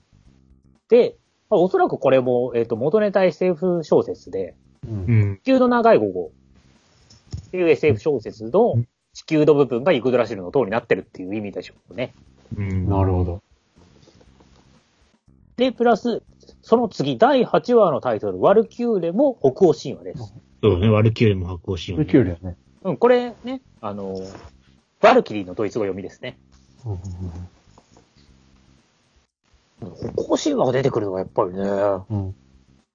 A: で、まあおそらくこれも、えっ、と、元ネタ SF 小説で、
C: う。
B: うんん。
A: 地球の長い午後っていう SF 小説の地球の部分がユグドラシルの塔になってるっていう意味でしょうね。
B: うん。
C: なるほど。
A: で、プラス、その次、第8話のタイトル、ワルキューレも北欧神話です。
B: そうね、ワルキューレも発行しよう
C: ウ
B: ね。
C: キュールやね。
A: うん、これね、あの、ワルキリーのドイツ語読みですね。
C: うんうん
A: 北欧神話が出てくるのがやっぱりね、
C: うんうん。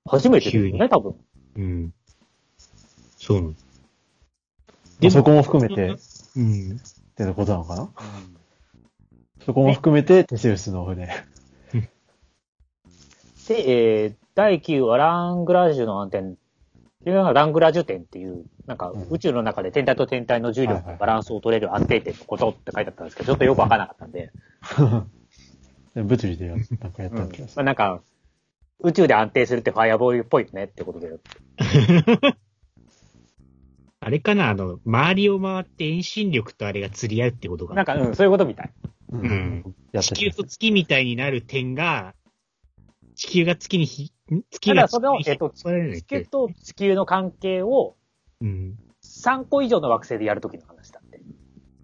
A: 初めてです
B: 急
A: よね、多分。
B: うん。そうなの。
C: で、そこも含めて、っ
B: うん。
C: てことなのかなそこも含めて、テセウスの船。
A: で、えー、第9話、ラングラージュの暗転。っていうのがラングラージュ点っていう、なんか
C: うん
A: 宇宙の中で天体と天体の重力のバランスを取れる安定点のことって書いてあったんですけど、ちょっとよくわからなかったんで、
C: 物理でやっなんかやった
A: ま
C: 気がす
A: あ、
C: る。
A: なんか、宇宙で安定するってファイアボールっぽいねってことで、
B: あれかな、あの、周りを回って遠心力とあれが釣り合うってことか
A: なん
B: な。
A: か、うん、そういうことみたい。
C: う
B: うん。
C: やった
B: 地
C: 気
B: 球
C: がす
B: と
C: る。
B: 月みたいになる点が、地球が月にひ、ん月
A: ただ
B: が
A: そ
B: 地
A: の
B: 球に、
A: えっと、
B: 引っ張られるんだ
A: 地
B: っけ
A: 球と地球の関係を
B: うん。
A: 3個以上の惑星でやるときの話だって。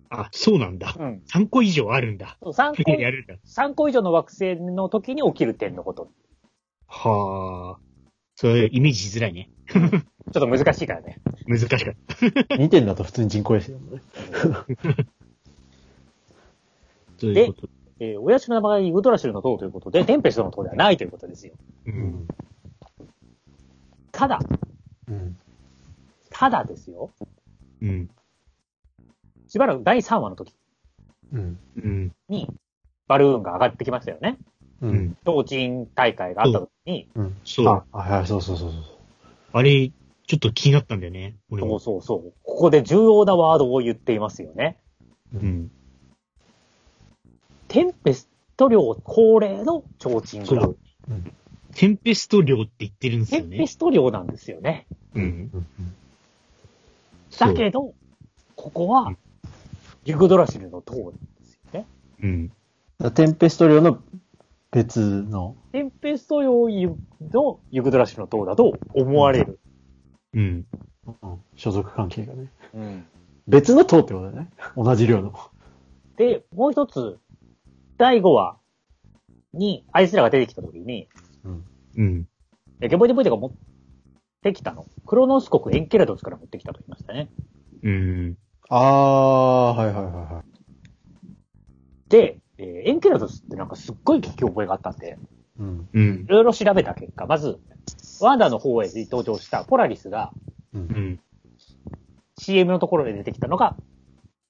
B: あ、そうなんだ。
A: うん。
B: 3個以上あるんだ。
A: 3個、
B: やるんだ。
A: 三個以上の惑星の時に起きる点のこと。
B: はあ。そういうイメージしづらいね。
A: ちょっと難しいからね。
B: 難しかった。
C: 2点だと普通に人工衛星だもんね。
B: そういうこと。
A: えー、親父の名前がイグドラシルの塔ということで、テンペストの塔ではないということですよ。
B: う。。
C: うん
A: ただ、
C: うん。
A: ただですよ。
B: うん。
A: しばらく第3話の時
C: うん。
B: うん。
A: に、バルーンが上がってきましたよね。
C: う。
B: うんん。
A: 東鎮大会があった時に、
C: うん。
B: そう。
C: あ、はいはい、そうそうそうそう。
B: あれ、ちょっと気になったんだよね。俺
A: そう
B: も。
A: そうそう。ここで重要なワードを言っていますよね。
B: うん。
A: テンペスト領恒例の提灯ク
B: そ
A: ラ
B: う
A: ブ。。
B: テンペスト量って言ってるんです
A: テ
B: よ
A: ンペ
B: ね。
A: スト領なんですよね。
B: うん。
C: うん。
B: そう
A: だけど、ここは、ユグドラシルの塔なんですよね。
B: うん。
C: うん。テンペスト領の別の、
A: テンペスト領のユグドラシルの塔だと思われる。
B: うん。
C: うん所属関係がね。
A: うん
C: 別の塔ってことだよね。同じ量の。
A: で、もう一つ、第5話に、あいつらが出てきた時に、
C: うん。
B: うん。
A: えゲボイデボイデが持ってきたの。クロノス国エンケラドスから持ってきたと言いましたね。
B: うん。
C: あー、はいはいはいはい。
A: で、えーエンケラドスってなんかすっごい聞き覚えがあったんで、
C: うん。
B: うん
A: い。ろいろ調べた結果、まず、ワンダの方へ登場したポラリスが
C: う。
B: うんん。
A: CM のところで出てきたのが、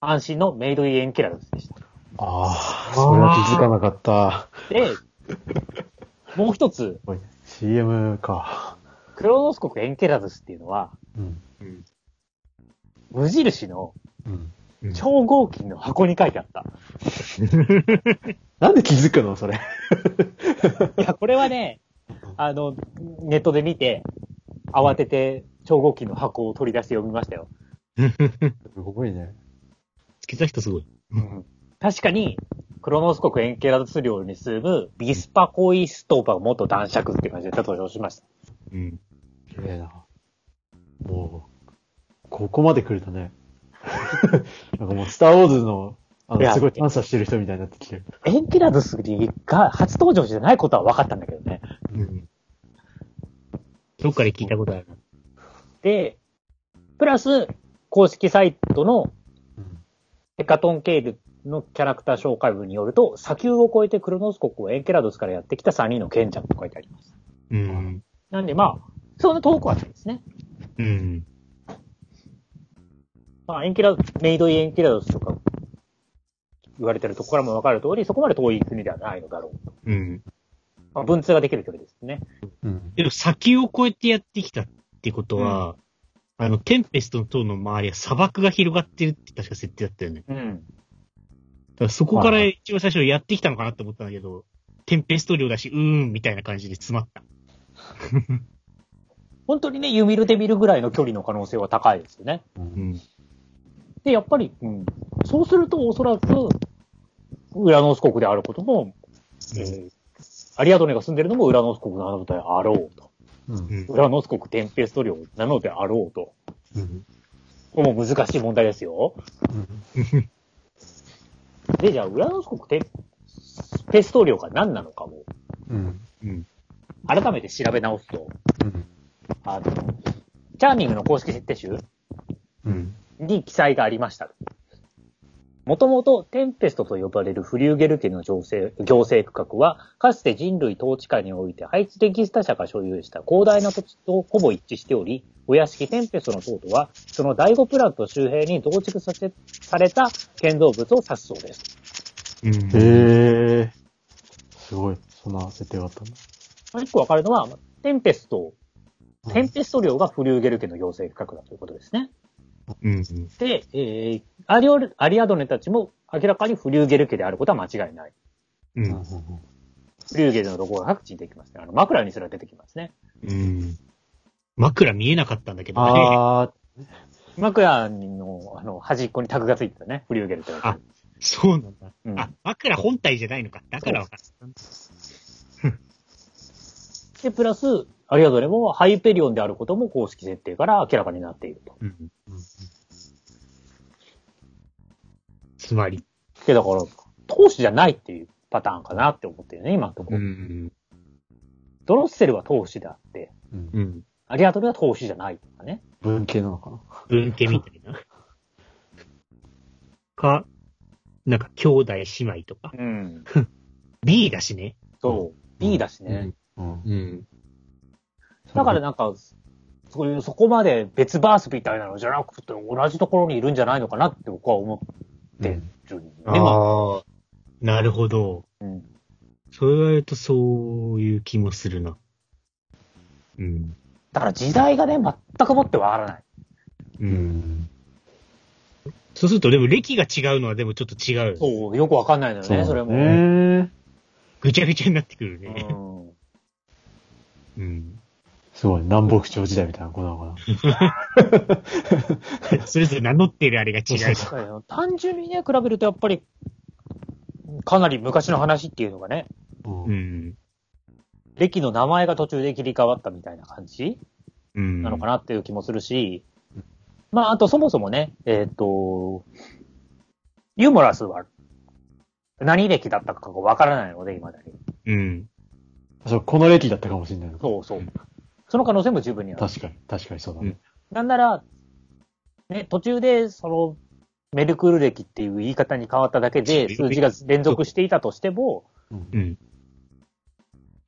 A: 安心のメイドインエンケラドスでした。
C: あー、それは気づかなかった。
A: で、もう一つ、
C: おい CM か。
A: クロノス国エンケラドスっていうのは、
C: うん。
B: うん。
A: 無印の
C: うん。
B: うん
A: 超合金の箱に書いてあった。
C: なんで気づくのそれ。
A: いや、これはね、あの、ネットで見て、慌てて超合金の箱を取り出して読みましたよ。
C: すごいね。
B: 付けた人すごい。
A: 確かに、クロノス国エンケラドス領に住むビスパコイストーパが元男爵って感じで登場しました。
B: うん。
C: 綺麗な。もう、ここまで来るとね。なんかもう、スターウォーズのあ
A: い
C: の、
A: や
C: すごい探査してる人みたいになってきてる。
A: エンキラード3が初登場じゃないことは分かったんだけどね。
B: うん。どっかで聞いたことあるな。
A: で、プラス、公式サイトのヘカトンケールのキャラクター紹介文によると、砂丘を越えてクロノス国をエンケラドスからやってきた3人の賢者と書いてあります。
B: うん。
A: なんでまあ、そんな遠くはないですね。
B: うん。
A: まあ、エンケラ、メイドイエンケラドスとか言われてるとこからも分かる通り、そこまで遠い国ではないのだろう。
B: うん。
A: まあ、文通ができる距離ですね。
C: うん。
B: でも先を越えてやってきたってことは、あの、テンペストの塔の周りは砂漠が広がってるって確か設定だったよね。
A: うん。
B: だからそこから
C: はいは
B: 一応最初やってきたのかなって思ったんだけど、テンペスト量だし、うーん、みたいな感じで詰まった。
A: 本当にね、ユミルデビルぐらいの距離の可能性は高いですよね。
B: うん。
A: で、やっぱり、うん、そうするとおそらく、ウラノス国であることも、えーアリアドネが住んでるのもウラノス国なのであろうと。
C: うん。
B: うん
A: ウラノス国テンペスト領なのであろうと。
C: うん。
A: これも難しい問題ですよ。で、じゃあ、ウラノス国テンペスト領が何なのかも、
C: うん。
B: うん。
A: 改めて調べ直すと、
C: うん。
A: あの、チャーミングの公式設定集
C: うん。
A: に記載がありました。もともとテンペストと呼ばれるフリューゲル家の行政行政区画は、かつて人類統治下においてハイツレギスタ社が所有した広大な土地とほぼ一致しており、お屋敷テンペストの塔とは、その第五プラント周辺に増築させされた建造物を指すそうです。
B: うん。
C: へえ。すごい。そんな設定があったんだ。
A: まあ一個わかるのは、テンペスト、
C: うん
A: テンペスト領がフリューゲル家の行政区画だということですね。
B: うん。
A: で、えーアリオルアリアドネたちも明らかにフリューゲル家であることは間違いない。
B: う
C: うん
B: ん。
A: フリューゲルのロゴが各地に出てきますね。あの、枕にすら出てきますね。
B: うん。枕見えなかったんだけどね。
C: あ
A: 枕の、あの、端っこにタグがついてたね。フリューゲルってのが。
B: あそうなんだ。
A: うん
B: あ、枕本体じゃないのか。だからわかる。
A: で、プラス、ありがとうね、もうハイペリオンであることも公式設定から明らかになっていると。
B: うん。
C: ー。
B: つまり。
A: で、だから、投資じゃないっていうパターンかなって思ってるね、今のところ。
B: ん。
A: ドロッセルは投資であって、
C: うん
B: う。ん。
A: アリアトネは投資じゃないとかね。
C: 文系なのかな
B: 文家みたいな。か、なんか兄弟姉妹とか。
A: うん。
B: B だしね。
A: そう。B だしね。
C: うん。
B: うん。
A: だからなんか、そういう、そこまで別バースみたいなのじゃなくて、同じところにいるんじゃないのかなって僕は思ってる、ね
B: ああ、なるほど。
A: うん。
B: そう言われるとそういう気もするな。うん。
A: だから時代がね、全くもってわからない。
B: う。
C: うんん。
B: そうすると、でも歴が違うのはでもちょっと違う。
A: そう、よくわかんないのよね、それも。
C: ね
B: ぐちゃぐちゃになってくるね。
A: うん
B: うん。
C: すごい。南北朝時代みたいなことなのかな
B: それぞれ名乗ってるあれが違
A: だ
B: う。
A: からね単純にね、比べるとやっぱり、かなり昔の話っていうのがね、
C: う。
B: うんん。
A: 歴の名前が途中で切り替わったみたいな感じ
B: うん。
A: なのか
B: な
A: なっていう気もするし、まあ、あとそもそもね、えっ、と、ユーモラスは何歴だったかがわからないので、今だに。
B: うん。
C: そう、この歴だったかもしれないのか。
A: そうそう。その可能性も十分にある。
C: 確かに、確かにそうだね。
A: なんなら、ね、途中で、その、メルクル歴っていう言い方に変わっただけで、
B: そう
A: 数字が連続していたとしても、
C: うん
B: うん。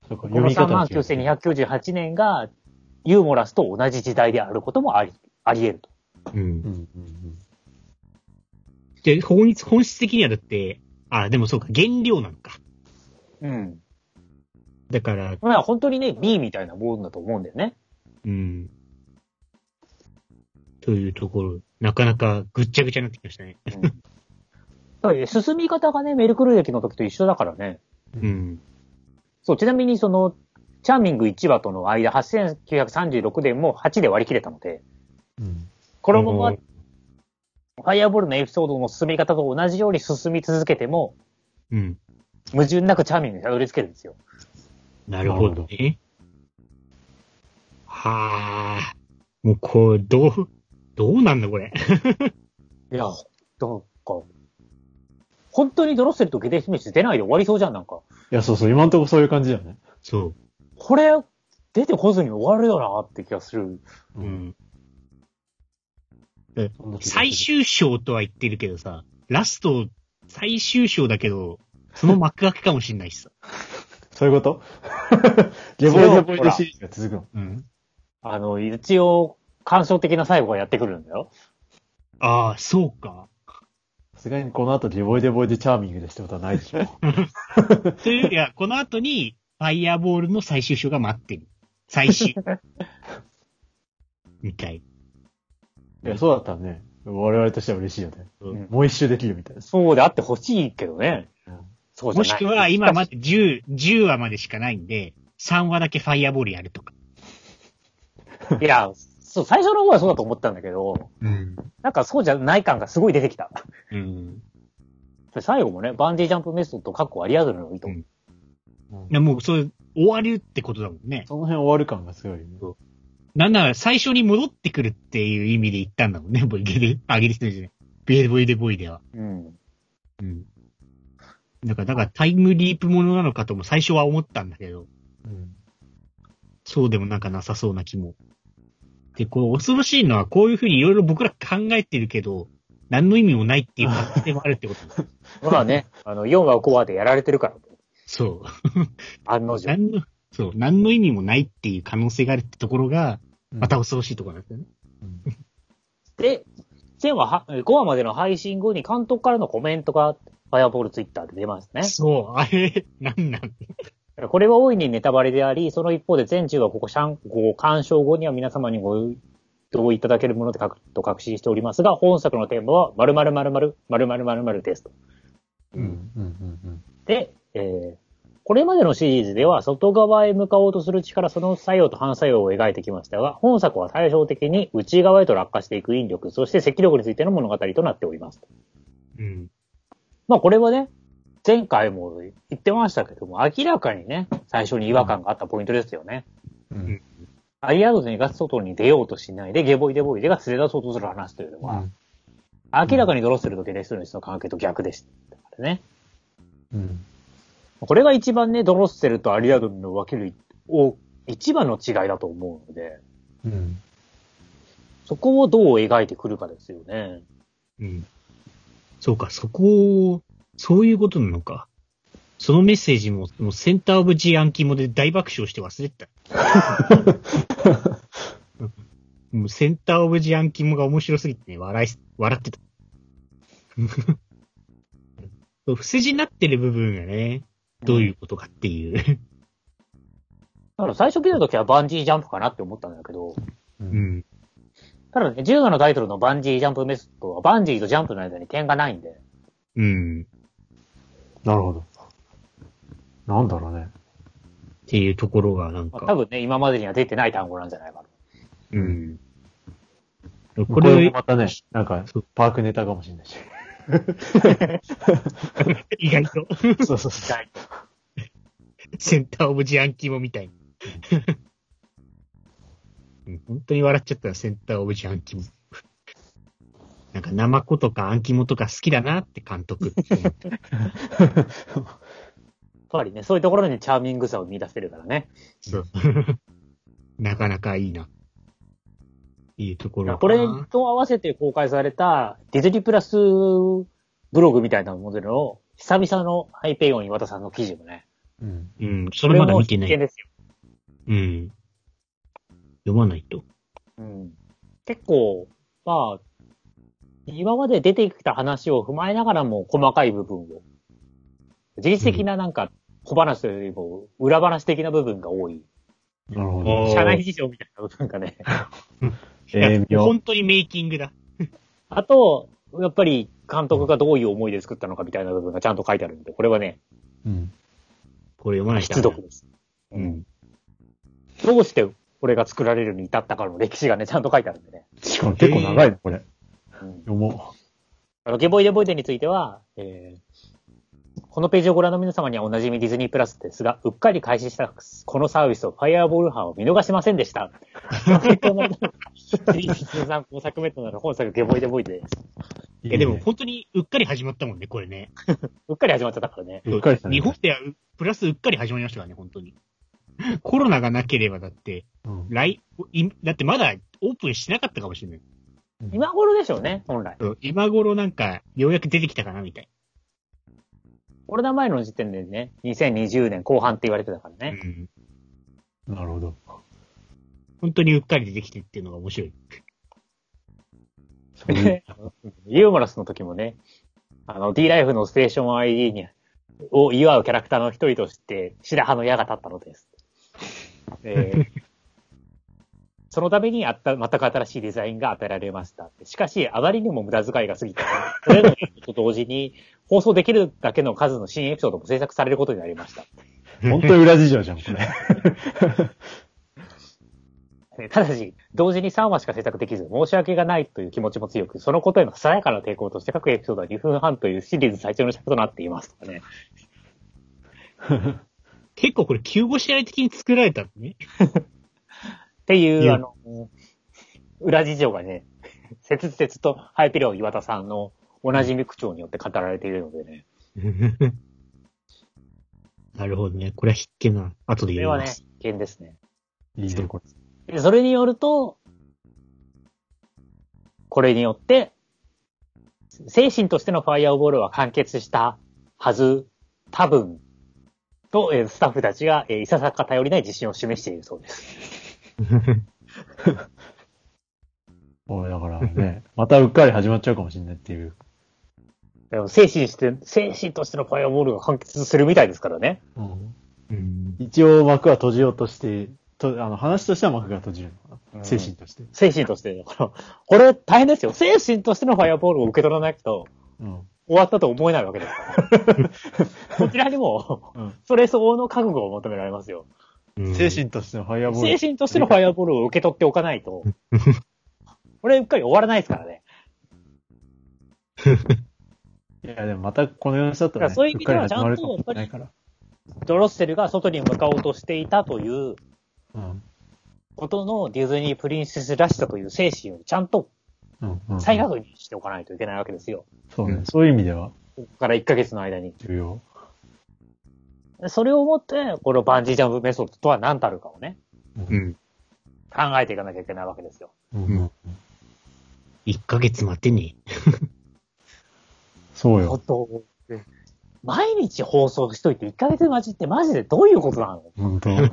C: そう
A: こ
C: か、読
A: の
C: み方が違う。
A: 39,298年が、ユーモラスと同じ時代であることもあり、あり得ると。
B: うん
C: う。んうん
B: で、本質、本質的にはだって、あ、でもそうか、原料なのか。
A: うん。
B: だから、
A: まあ本当にね、B みたいなもんだと思うんだよね。
B: うん。というところ、なかなかぐっちゃぐちゃになってきましたね。
A: うんだからね進み方がね、メルクル歴の時と一緒だからね。
B: うん。
A: そう、ちなみにその、チャーミング1話との間、8936年も8で割り切れたので、
C: うん。うん
A: このままファイアボールのエピソードの進み方と同じように進み続けても、
B: うん。
A: 矛盾なくチャーミングにたどり着けるんですよ。
B: なるほどね。はあ。もうこう、どう、どうなんだこれ。
A: いや、なんか、本当にドロッセルとゲテ姫シ出ないで終わりそうじゃん、なんか。
C: いや、そうそう、今んとこそういう感じだよね。
B: そ
A: これ、出てこずに終わるよなって気がする。
B: う。うん。
C: そんな気がする
B: 最終章とは言ってるけどさ、ラスト、最終章だけど、その幕開けかもしんないしさ。
C: そういうこと ゲボイゲボイのシリーズが続くの。
B: うん。
A: あの、一応、感傷的な最後がやってくるんだよ。
B: ああ、そうか。
C: さすがにこの後ゲボイデボイでチャーミングでしたことはないでしょ。
B: というよりは、この後に、ファイアボールの最終章が待ってる。最終。みたい。
C: いや、そうだったらね、我々としては嬉しいよね。
B: うん
C: もう一周できるみたいです。
A: そうであってほしいけどね
C: うん。
A: そうじゃ
B: も
A: ない。
B: しくは、今ま
A: ま
B: で10、10話までしかないんで、3話だけファイアボールやるとか。
A: いや、そう、最初の方はそうだと思ったんだけど、
B: うん。
A: なんかそうじゃない感がすごい出てきた。
B: うん。
A: で最後もね、バンジージャンプメソッド、カッコアリアドルの糸。
B: うん
C: うん
B: いや、もう、それ、終わるってことだもんね。
C: その辺終わる感がすごいよね。
B: なんなら最初に戻ってくるっていう意味で言ったんだもんね、ボイゲで。あ、ゲリスのじゃない。ビエボイデボイでは。
A: うん。
B: うん。だから、だからタイムリープものなのかとも最初は思ったんだけど、
C: うん
B: そうでもなんかなさそうな気も。で、こう、恐ろしいのはこういうふうにいろいろ僕ら考えてるけど、何の意味もないっていう可能性もあるってこと。
A: まあね、あの、4話5話でやられてるから、
B: そう。
A: 案の定。
B: 何の、そう、何の意味もないっていう可能性があるってところが、また恐ろしいところなんですよね。
A: で、前話は、5話までの配信後に監督からのコメントが、ファイアボールツイッターで出ましたね。
B: そう、あれ、なんなん
A: これは大いにネタバレであり、その一方で全10はここシャンご鑑賞後には皆様にご同意いただけるもので書くと確信しておりますが、本作のテーマは〇〇〇〇〇〇〇〇ですと。
C: うん。うん。うん。
A: で、えーこれまでのシリーズでは外側へ向かおうとする力その作用と反作用を描いてきましたが、本作は対照的に内側へと落下していく引力、そして積力についての物語となっております。
B: うん。
A: まあこれはね、前回も言ってましたけども、明らかにね、最初に違和感があったポイントですよね。
C: うん。うん。
A: アリアドネが外に出ようとしないで、ゲボイデボイデが連れ出そうとする話というのは、明らかにドロッセルとゲネスヌスの関係と逆でしたからね。
C: うん。
A: これが一番ね、ドロッセルとアリアドネの分けるを、一番の違いだと思うので、
C: うん。
A: そこをどう描いてくるかですよね。
B: うん。そうか、そこを、そういうことなのか。そのメッセージも、もうセンターオブジアンキモで大爆笑して忘れてた。もうセンターオブジアンキモが面白すぎてね、笑い、笑ってた。 そう伏せ字になってる部分がね、どういうことかっていう。
A: だから最初見た時はバンジージャンプかなって思ったんだけど、
B: う
C: う。
B: んん。
A: ただね、10話のタイトルのバンジージャンプメソッドは、バンジーとジャンプの間に点がないんで、
B: うん。
C: なるほど。なんだろうね。
B: っていうところがなん
A: まあ多
B: か。
A: 分ね、今までには出てない単語なんじゃないか
B: うん。
C: こ
B: こ
C: れ
B: れ
C: も、またね、なんか
B: そう、
C: パークネタかもしれないし。
B: 意外と。
C: そうそうそう。
B: センターオブジアンキモみたいな。うん本当に笑っちゃったよ、センターオブジアンキモ。なんか、ナマコとかアンキモとか好きだなって監督。
A: やっぱりね、そういうところにチャーミングさを見出せるからね。
B: そう。 なかなかいいな。いいところかな
A: これと合わせて公開されたディズニープラスブログみたいなモデルの久々のハイペイオン岩田さんの記事もね。
C: うん。
B: うん、それまだ見てな
A: これ
B: い。
A: も必見ですよ。
B: うん。読まないと。
A: うん。結構、まあ、今まで出てきた話を踏まえながらも細かい部分を。事実的ななんか小話というよりも裏話的な部分が多い。
C: なるほ
B: お
C: ど。
B: ー
A: 社内事情みたいな部分がね。
C: えー
B: いや
C: 妙
B: 本当にメイキングだ。
A: あと、やっぱり監督がどういう思いで作ったのかみたいな部分がちゃんと書いてあるんで、これはね、
C: うん。
B: これ読まないと。
A: 必読です。
B: うん。
A: どうしてこれが作られるに至ったかの歴史がね、ちゃんと書いてあるんでね。
C: しかも結構長いね、これ。
A: うん、
C: 読も
A: あの、ゲボイデボイデについては、えーこのページをご覧の皆様にはおなじみディズニープラスですが、うっかり開始したこのサービスをファイアボール班を見逃しませんでした。シリーズ通算5作目となる本作ゲボイデボイデです。
B: いや、でも本当にうっかり始まったもんね、これね。
A: うっかり始まっちゃったからね。
C: うっかりしたね
B: 日本ではう、プラスうっかり始まりましたからね、本当に。コロナがなければだって、
C: うん
B: 来、いだってまだオープンしてなかったかもしれない。
A: 今頃でしょうね、本来。
B: うん今頃なんか、ようやく出てきたかな、みたい
A: コロナ前の時点でね、2020年後半って言われてたから
B: な。
A: ね。
C: なるほ ど。
B: 本当にうっかり出てきてっていうのが面白い。
C: そういう
A: ユーモラスの時もね、あの、D ライフのステーション ID に、を祝うキャラクターの一人として、白羽の矢が立ったのです。えーそのためにあった、全く新しいデザインが与えられましたって。しかし、あまりにも無駄遣いが過ぎた。それの影響と同時に、放送できるだけの数の新エピソードも制作されることになりました。
C: 本当に裏事情じゃん、これ。
A: えーただし、同時に3話しか制作できず、申し訳がないという気持ちも強く、そのことへのささやかな抵抗として各エピソードは2分半というシリーズ最長の尺となっていますとかね。
B: 結構これ、急ごしられ的に作られたの ね。
A: っていう、
C: いや
A: あの、裏事情がね、 切々とハイピロー岩田さんのおなじみ口調によって語られているのでね。
B: なるほどね。これは必見な。後
A: こ
B: で言
A: れ
B: い
A: は
B: ま
A: ね
B: す。、
A: 危険ですね。
C: いいね、これ。
A: でそれによると、これによって、精神としてのファイアーボールは完結したはず、多分、と、えースタッフたちが、えーいささか頼りない自信を示しているそうです。
C: おいだからね、またうっかり始まっちゃうかもしれないっていう。
A: でも精神して、精神としてのファイアーボールが完結するみたいですからね。
C: うん
B: うん
C: 一応幕は閉じようとして、とあの話としては幕が閉じるのかな。精神として。
A: 精神として、だから、これ大変ですよ。精神としてのファイアーボールを受け取らないと、
C: うん。
A: 終わったと思えないわけですから。こちらにも、
C: うん
A: それ相応の覚悟を求められますよ。
C: 精神としてのファイアボール。
A: 精神としてのファイアボールを受け取っておかない と、これうっかり終わらないですからね。
C: いや、でもまたこの様子だったら、
A: いや
C: ね、
A: そういう意味では
C: っかり始まるかもしれないから。
A: ドロッセルが外に向かおうとしていたという
C: うん。
A: ことのディズニープリンセスらしさという精神をちゃんと
C: うんうん。
A: 再確認しておかないといけないわけですよ。
C: そう
B: う
C: ね
B: ん。
C: そういう意味では
A: ここから1ヶ月の間に。
C: 重要。
A: それをもって、このバンジージャンプメソッドとは何たるかをね、
B: う。ん。
A: 考えていかなきゃいけないわけですよ。
C: うん
B: ん1ヶ月待てね
C: そ
A: 本
C: うよ。
A: 当毎日放送しといて1ヶ月待ちってマジでどういうことなの
C: 本当。
B: え。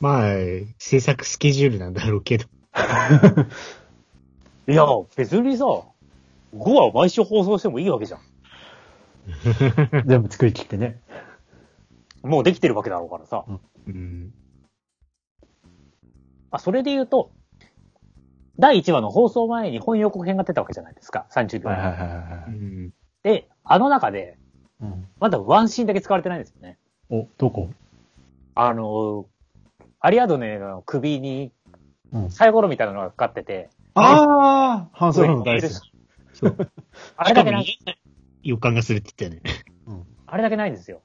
B: まあ、制作スケジュールなんだろうけど。
A: いや、別にさ、5話を毎週放送してもいいわけじゃん。
C: 全部作り切ってね。
A: もうできてるわけだろうからさ。
B: うん。
A: あ、それで言うと、第1話の放送前に本予告編が出たわけじゃないですか。30秒。
C: はいはいは
B: う
C: いはい。
B: ん。
A: で、あの中で、
C: うん、
A: まだワンシーンだけ使われてないんですよね。
C: お、どこ
A: あのー、アリアドネの首に
C: うん、
A: サイコロみたいなのがかかってて、
C: ああ半
A: 上
C: 袖
A: に
C: の
A: 乗って
C: 大
A: る
C: 好き
A: し。
B: そう。
A: あれだけない、
B: しかも予感がするって言ったよね。
A: あれだけないんですよ。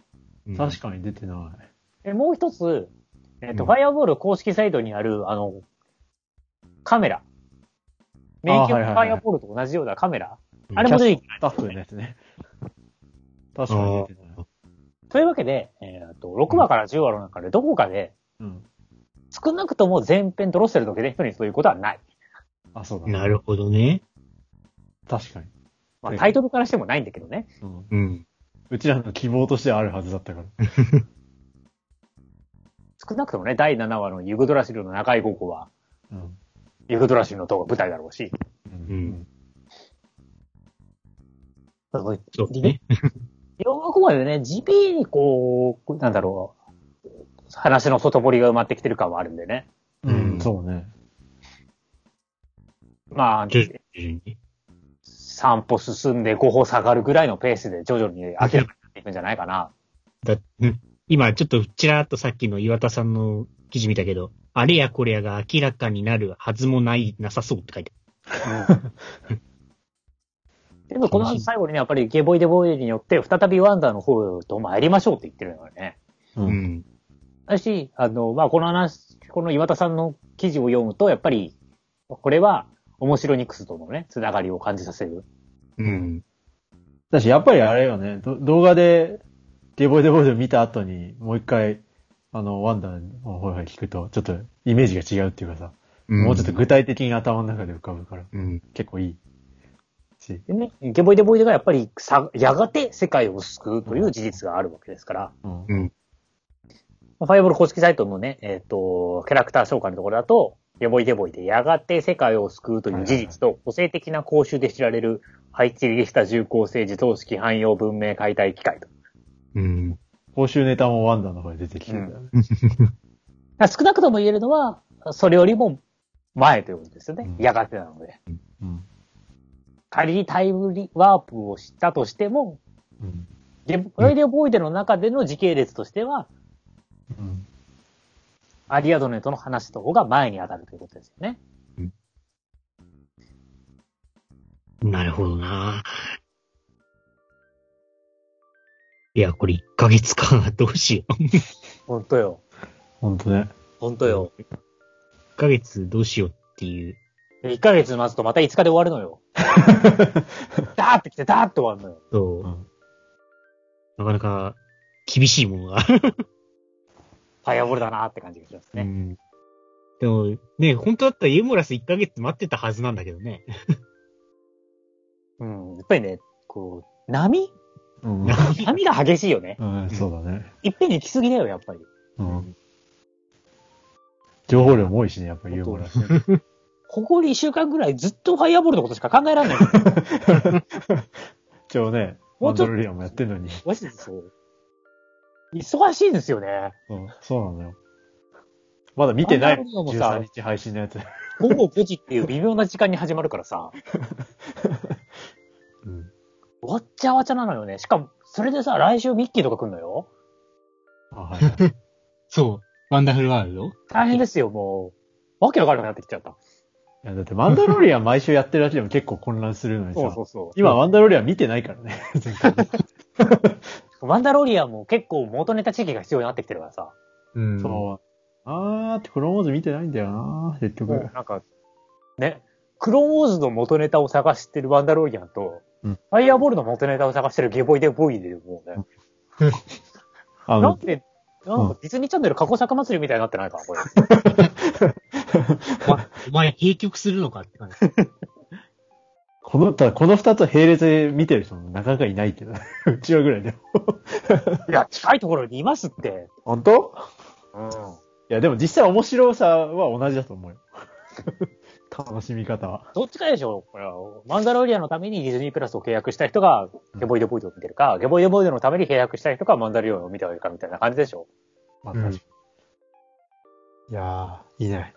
B: うん
C: 確かに出てない。
A: で、もう一つ、えっ、と、
B: うん
A: ファイアボール公式サイトにある、あの、カメラ。メイキ
C: あ
A: ン
C: はい
A: グ
C: はい
A: フ
C: は
A: ァ
C: い
A: イアボールと同じようなカメラ
B: うん
A: あれも出てきて
C: スタッフのやつね。確かに出てない。
A: というわけで、えっ、と、6話から10話の中でどこかで、
C: うん。
A: 少なくとも前編ドロッセルのゲデヒトにということはない。
C: あ、そうだ。
B: なるほどね。
C: 確かに。
A: まあ、
C: はい
A: タイトルからしてもないんだけどね。
C: うん。
B: うん。
C: うちらの希望としてはあるはずだったから。
A: 少なくともね、第7話のユグドラシルの中井高校は、
C: うん。
A: ユグドラシルの塔が舞台だろうし、
C: う
B: うんん。そう
A: で
B: ね。
A: 4話後までね、地味にこう、なんだろう、話の外堀が埋まってきてる感はあるんでね。
C: う。
B: うんん
C: そうね。
A: まあ、
B: 徐々にね。
A: 散歩進んで5歩下がるぐらいのペースで徐々に明らかになっていくんじゃないかな。
B: だうん今、ちょっとちらっとさっきの岩田さんの記事見たけど、あれやこれやが明らかになるはずもない、なさそうって書いて
A: でもこの最後にね、やっぱりゲボイデボイデによって再びワンダーの方へと参りましょうって言ってるのよね。
B: あ
C: う
B: る。
C: ん
B: ん。
A: だし、あの、まあ、この話、この岩田さんの記事を読むと、やっぱり、これは面白ニクスとのね、つながりを感じさせる。
B: うん。
C: だし、やっぱりあれよね、ど動画で、デボイデボイで見た後に、もう一回、あの、ワンダーの方が聞くと、ちょっとイメージが違うっていうかさ、もうちょっと具体的に頭の中で浮かぶから、
B: うん。
C: 結構いいし、
A: でね、デボイデボイデがやっぱりさ、やがて世界を救うという事実があるわけですから、
C: うん
B: う。ん。
A: まあファイアボール公式サイトのね、えっ、と、キャラクター紹介のところだと、デボイデボイでやがて世界を救うという事実と、個性的な講習で知られる、配置入りした重工性自動式汎用文明解体機械と。
B: うん。
C: 報酬ネタもワンダーの方で出てきてるんだよね。
A: だから少なくとも言えるのは、それよりも前ということですよね。
C: うん
A: やがてなので。
C: うん。
A: 仮にタイムリワープをしたとしても、
C: うん。
A: デボイデボイデの中での時系列としては、
C: うん。
A: アリアドネとの話と方が前に当たるということですよね。
B: なるほどな。いや、これ1ヶ月か。どうしよう。1
A: ほんとよ。
C: ほんとね。
A: ほんとよ。
B: ヶ月どうしようっていう。
A: 1ヶ月待つとまた5日で終わるの よ。ダーって来てダーって終わるのよ。
B: と、
C: うん
B: なかなか厳しいものが。
A: ファイアボールだなって感じがします
B: う
A: ね。
B: ん。でも、ね、本当だったらユーモラス1ヶ月待ってたはずなんだけどね。
A: うん。やっぱりね、こう、波
C: うん。
A: 波が激しいよね。
C: うん、そうだね。
A: いっぺんに来すぎだよ、やっぱり。
C: うん。情報量も多いしね、やっぱユーモラス。
A: ここ2週間ぐらいずっとファイアボールのことしか考えられない。
C: 一応ね、
A: も
C: ワ
A: う
C: ン
A: ちょ
C: ダ
A: っと
C: ルリアンもやってんのに。
A: マジでそう。忙しいんですよね。
C: うん、そうなのよ。まだ見てない
A: ワンダルリアンもさ
C: 13日配信のやつ。
A: 午後5時っていう微妙な時間に始まるからさ、
B: うん。
A: わっちゃわちゃなのよね。しかも、それでさ、来週ミッキーとか来んのよ。
C: あはいはい
B: そう。ワンダフルワールド
A: 大変ですよ、もう。わけわからなくなってきちゃった。
C: いや、だってマンダロリアン毎週やってるだけでも結構混乱するのにさ。
A: そうそうそ
C: 今、マンダロリアン見てないからね。前回ね
A: う。ワンダロリアンも結構元ネタ知識が必要になってきてるからさ。
B: うん
C: そう。あーって、クローンウォーズ見てないんだよな結
A: も
C: 局
A: う。なんか、ね、クローンウォーズの元ネタを探してるワンダロリアンと、
C: うん
A: ファイアボールの元ネタを探してるゲボイデボイでもうね、な
C: あ
A: ん
C: の、
A: で、なんかディズニーチャンネル過去作祭りみたいになってないかな、これ。
B: お前、閉局するのかって感じ。
C: この、ただこの二つを並列で見てる人もなかなかいないけど。 うちはぐらいでも。
A: いや、近いところにいますって。
C: 本当
A: うん。
C: いや、でも実際面白さは同じだと思うよ。 楽しみ方は。
A: どっちかでしょこれは、マンダロリアンのためにディズニープラスを契約した人が、ゲボイデボイデを見てるか、ゲボイデボイデのために契約した人がマンダロリアンを見てはいるかみたいな感じでしょ
C: まあ、
B: うん
C: 確かに。いやー、いいね。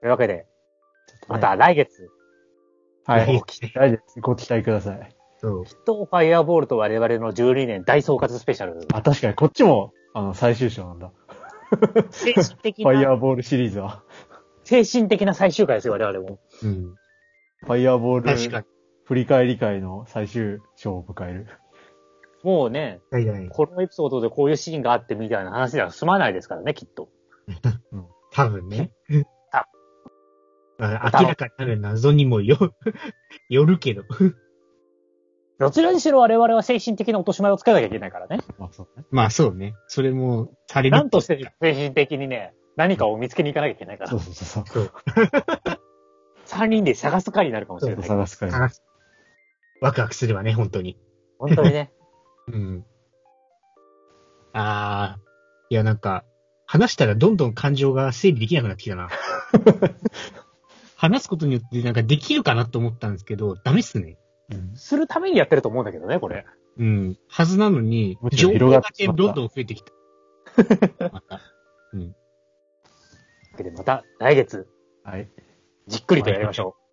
A: というわけで、また
C: ね
A: 来月、
C: はい。
B: 来て。
C: 大丈夫です。ご期待ください。
B: そう。
A: きっとファイアボールと我々の12年大総括スペシャル、
C: あ、確かに、こっちも、あの、最終章なんだ。
A: 精神的
C: ファイ
A: な、
C: アーボールシリーズは。
A: 精神的な最終回ですよ、我々も。
B: うん。
C: ファイアーボー
B: 確か
C: ル振り返り会の最終章を迎える。
A: もうね、
B: に。はいはい。
A: このエピソードでこういうシーンがあってみたいな話では済まないですからね、きっと。
B: 多分ね。
A: た
B: あ明らかになる謎にもよ、 よるけど。
A: どちらにしろ我々は精神的な落とし前をつけなきゃいけないからね。
C: まあそうね。
B: まあそうね。それも、される。
A: なんとしても精神的にね、何かを見つけに行かなきゃいけないから
C: そう。そうそうそう。
A: 3人で探す会になるかもし
C: ちょ
A: れ
C: っと
A: ない。
C: 探す会。
B: 話すワクワクすればね、本当に。
A: 本当にね。
B: うん。あー。いや、なんか、話したらどんどん感情が整理できなくなってきた な。話すことによってなんかできるかなと思ったんですけど、ダメっすね。
C: うん
A: するためにやってると思うんだけどね、これ。
B: うん。はずなのに
C: む、し
B: 情
C: ろ
B: 報
C: 広がっ
B: だ
C: て
B: け
C: し
B: ど
C: ま
B: ん
C: った
B: どん増えてき た。また
A: でまた来月、
C: はい。
A: じっくりとやりましょう。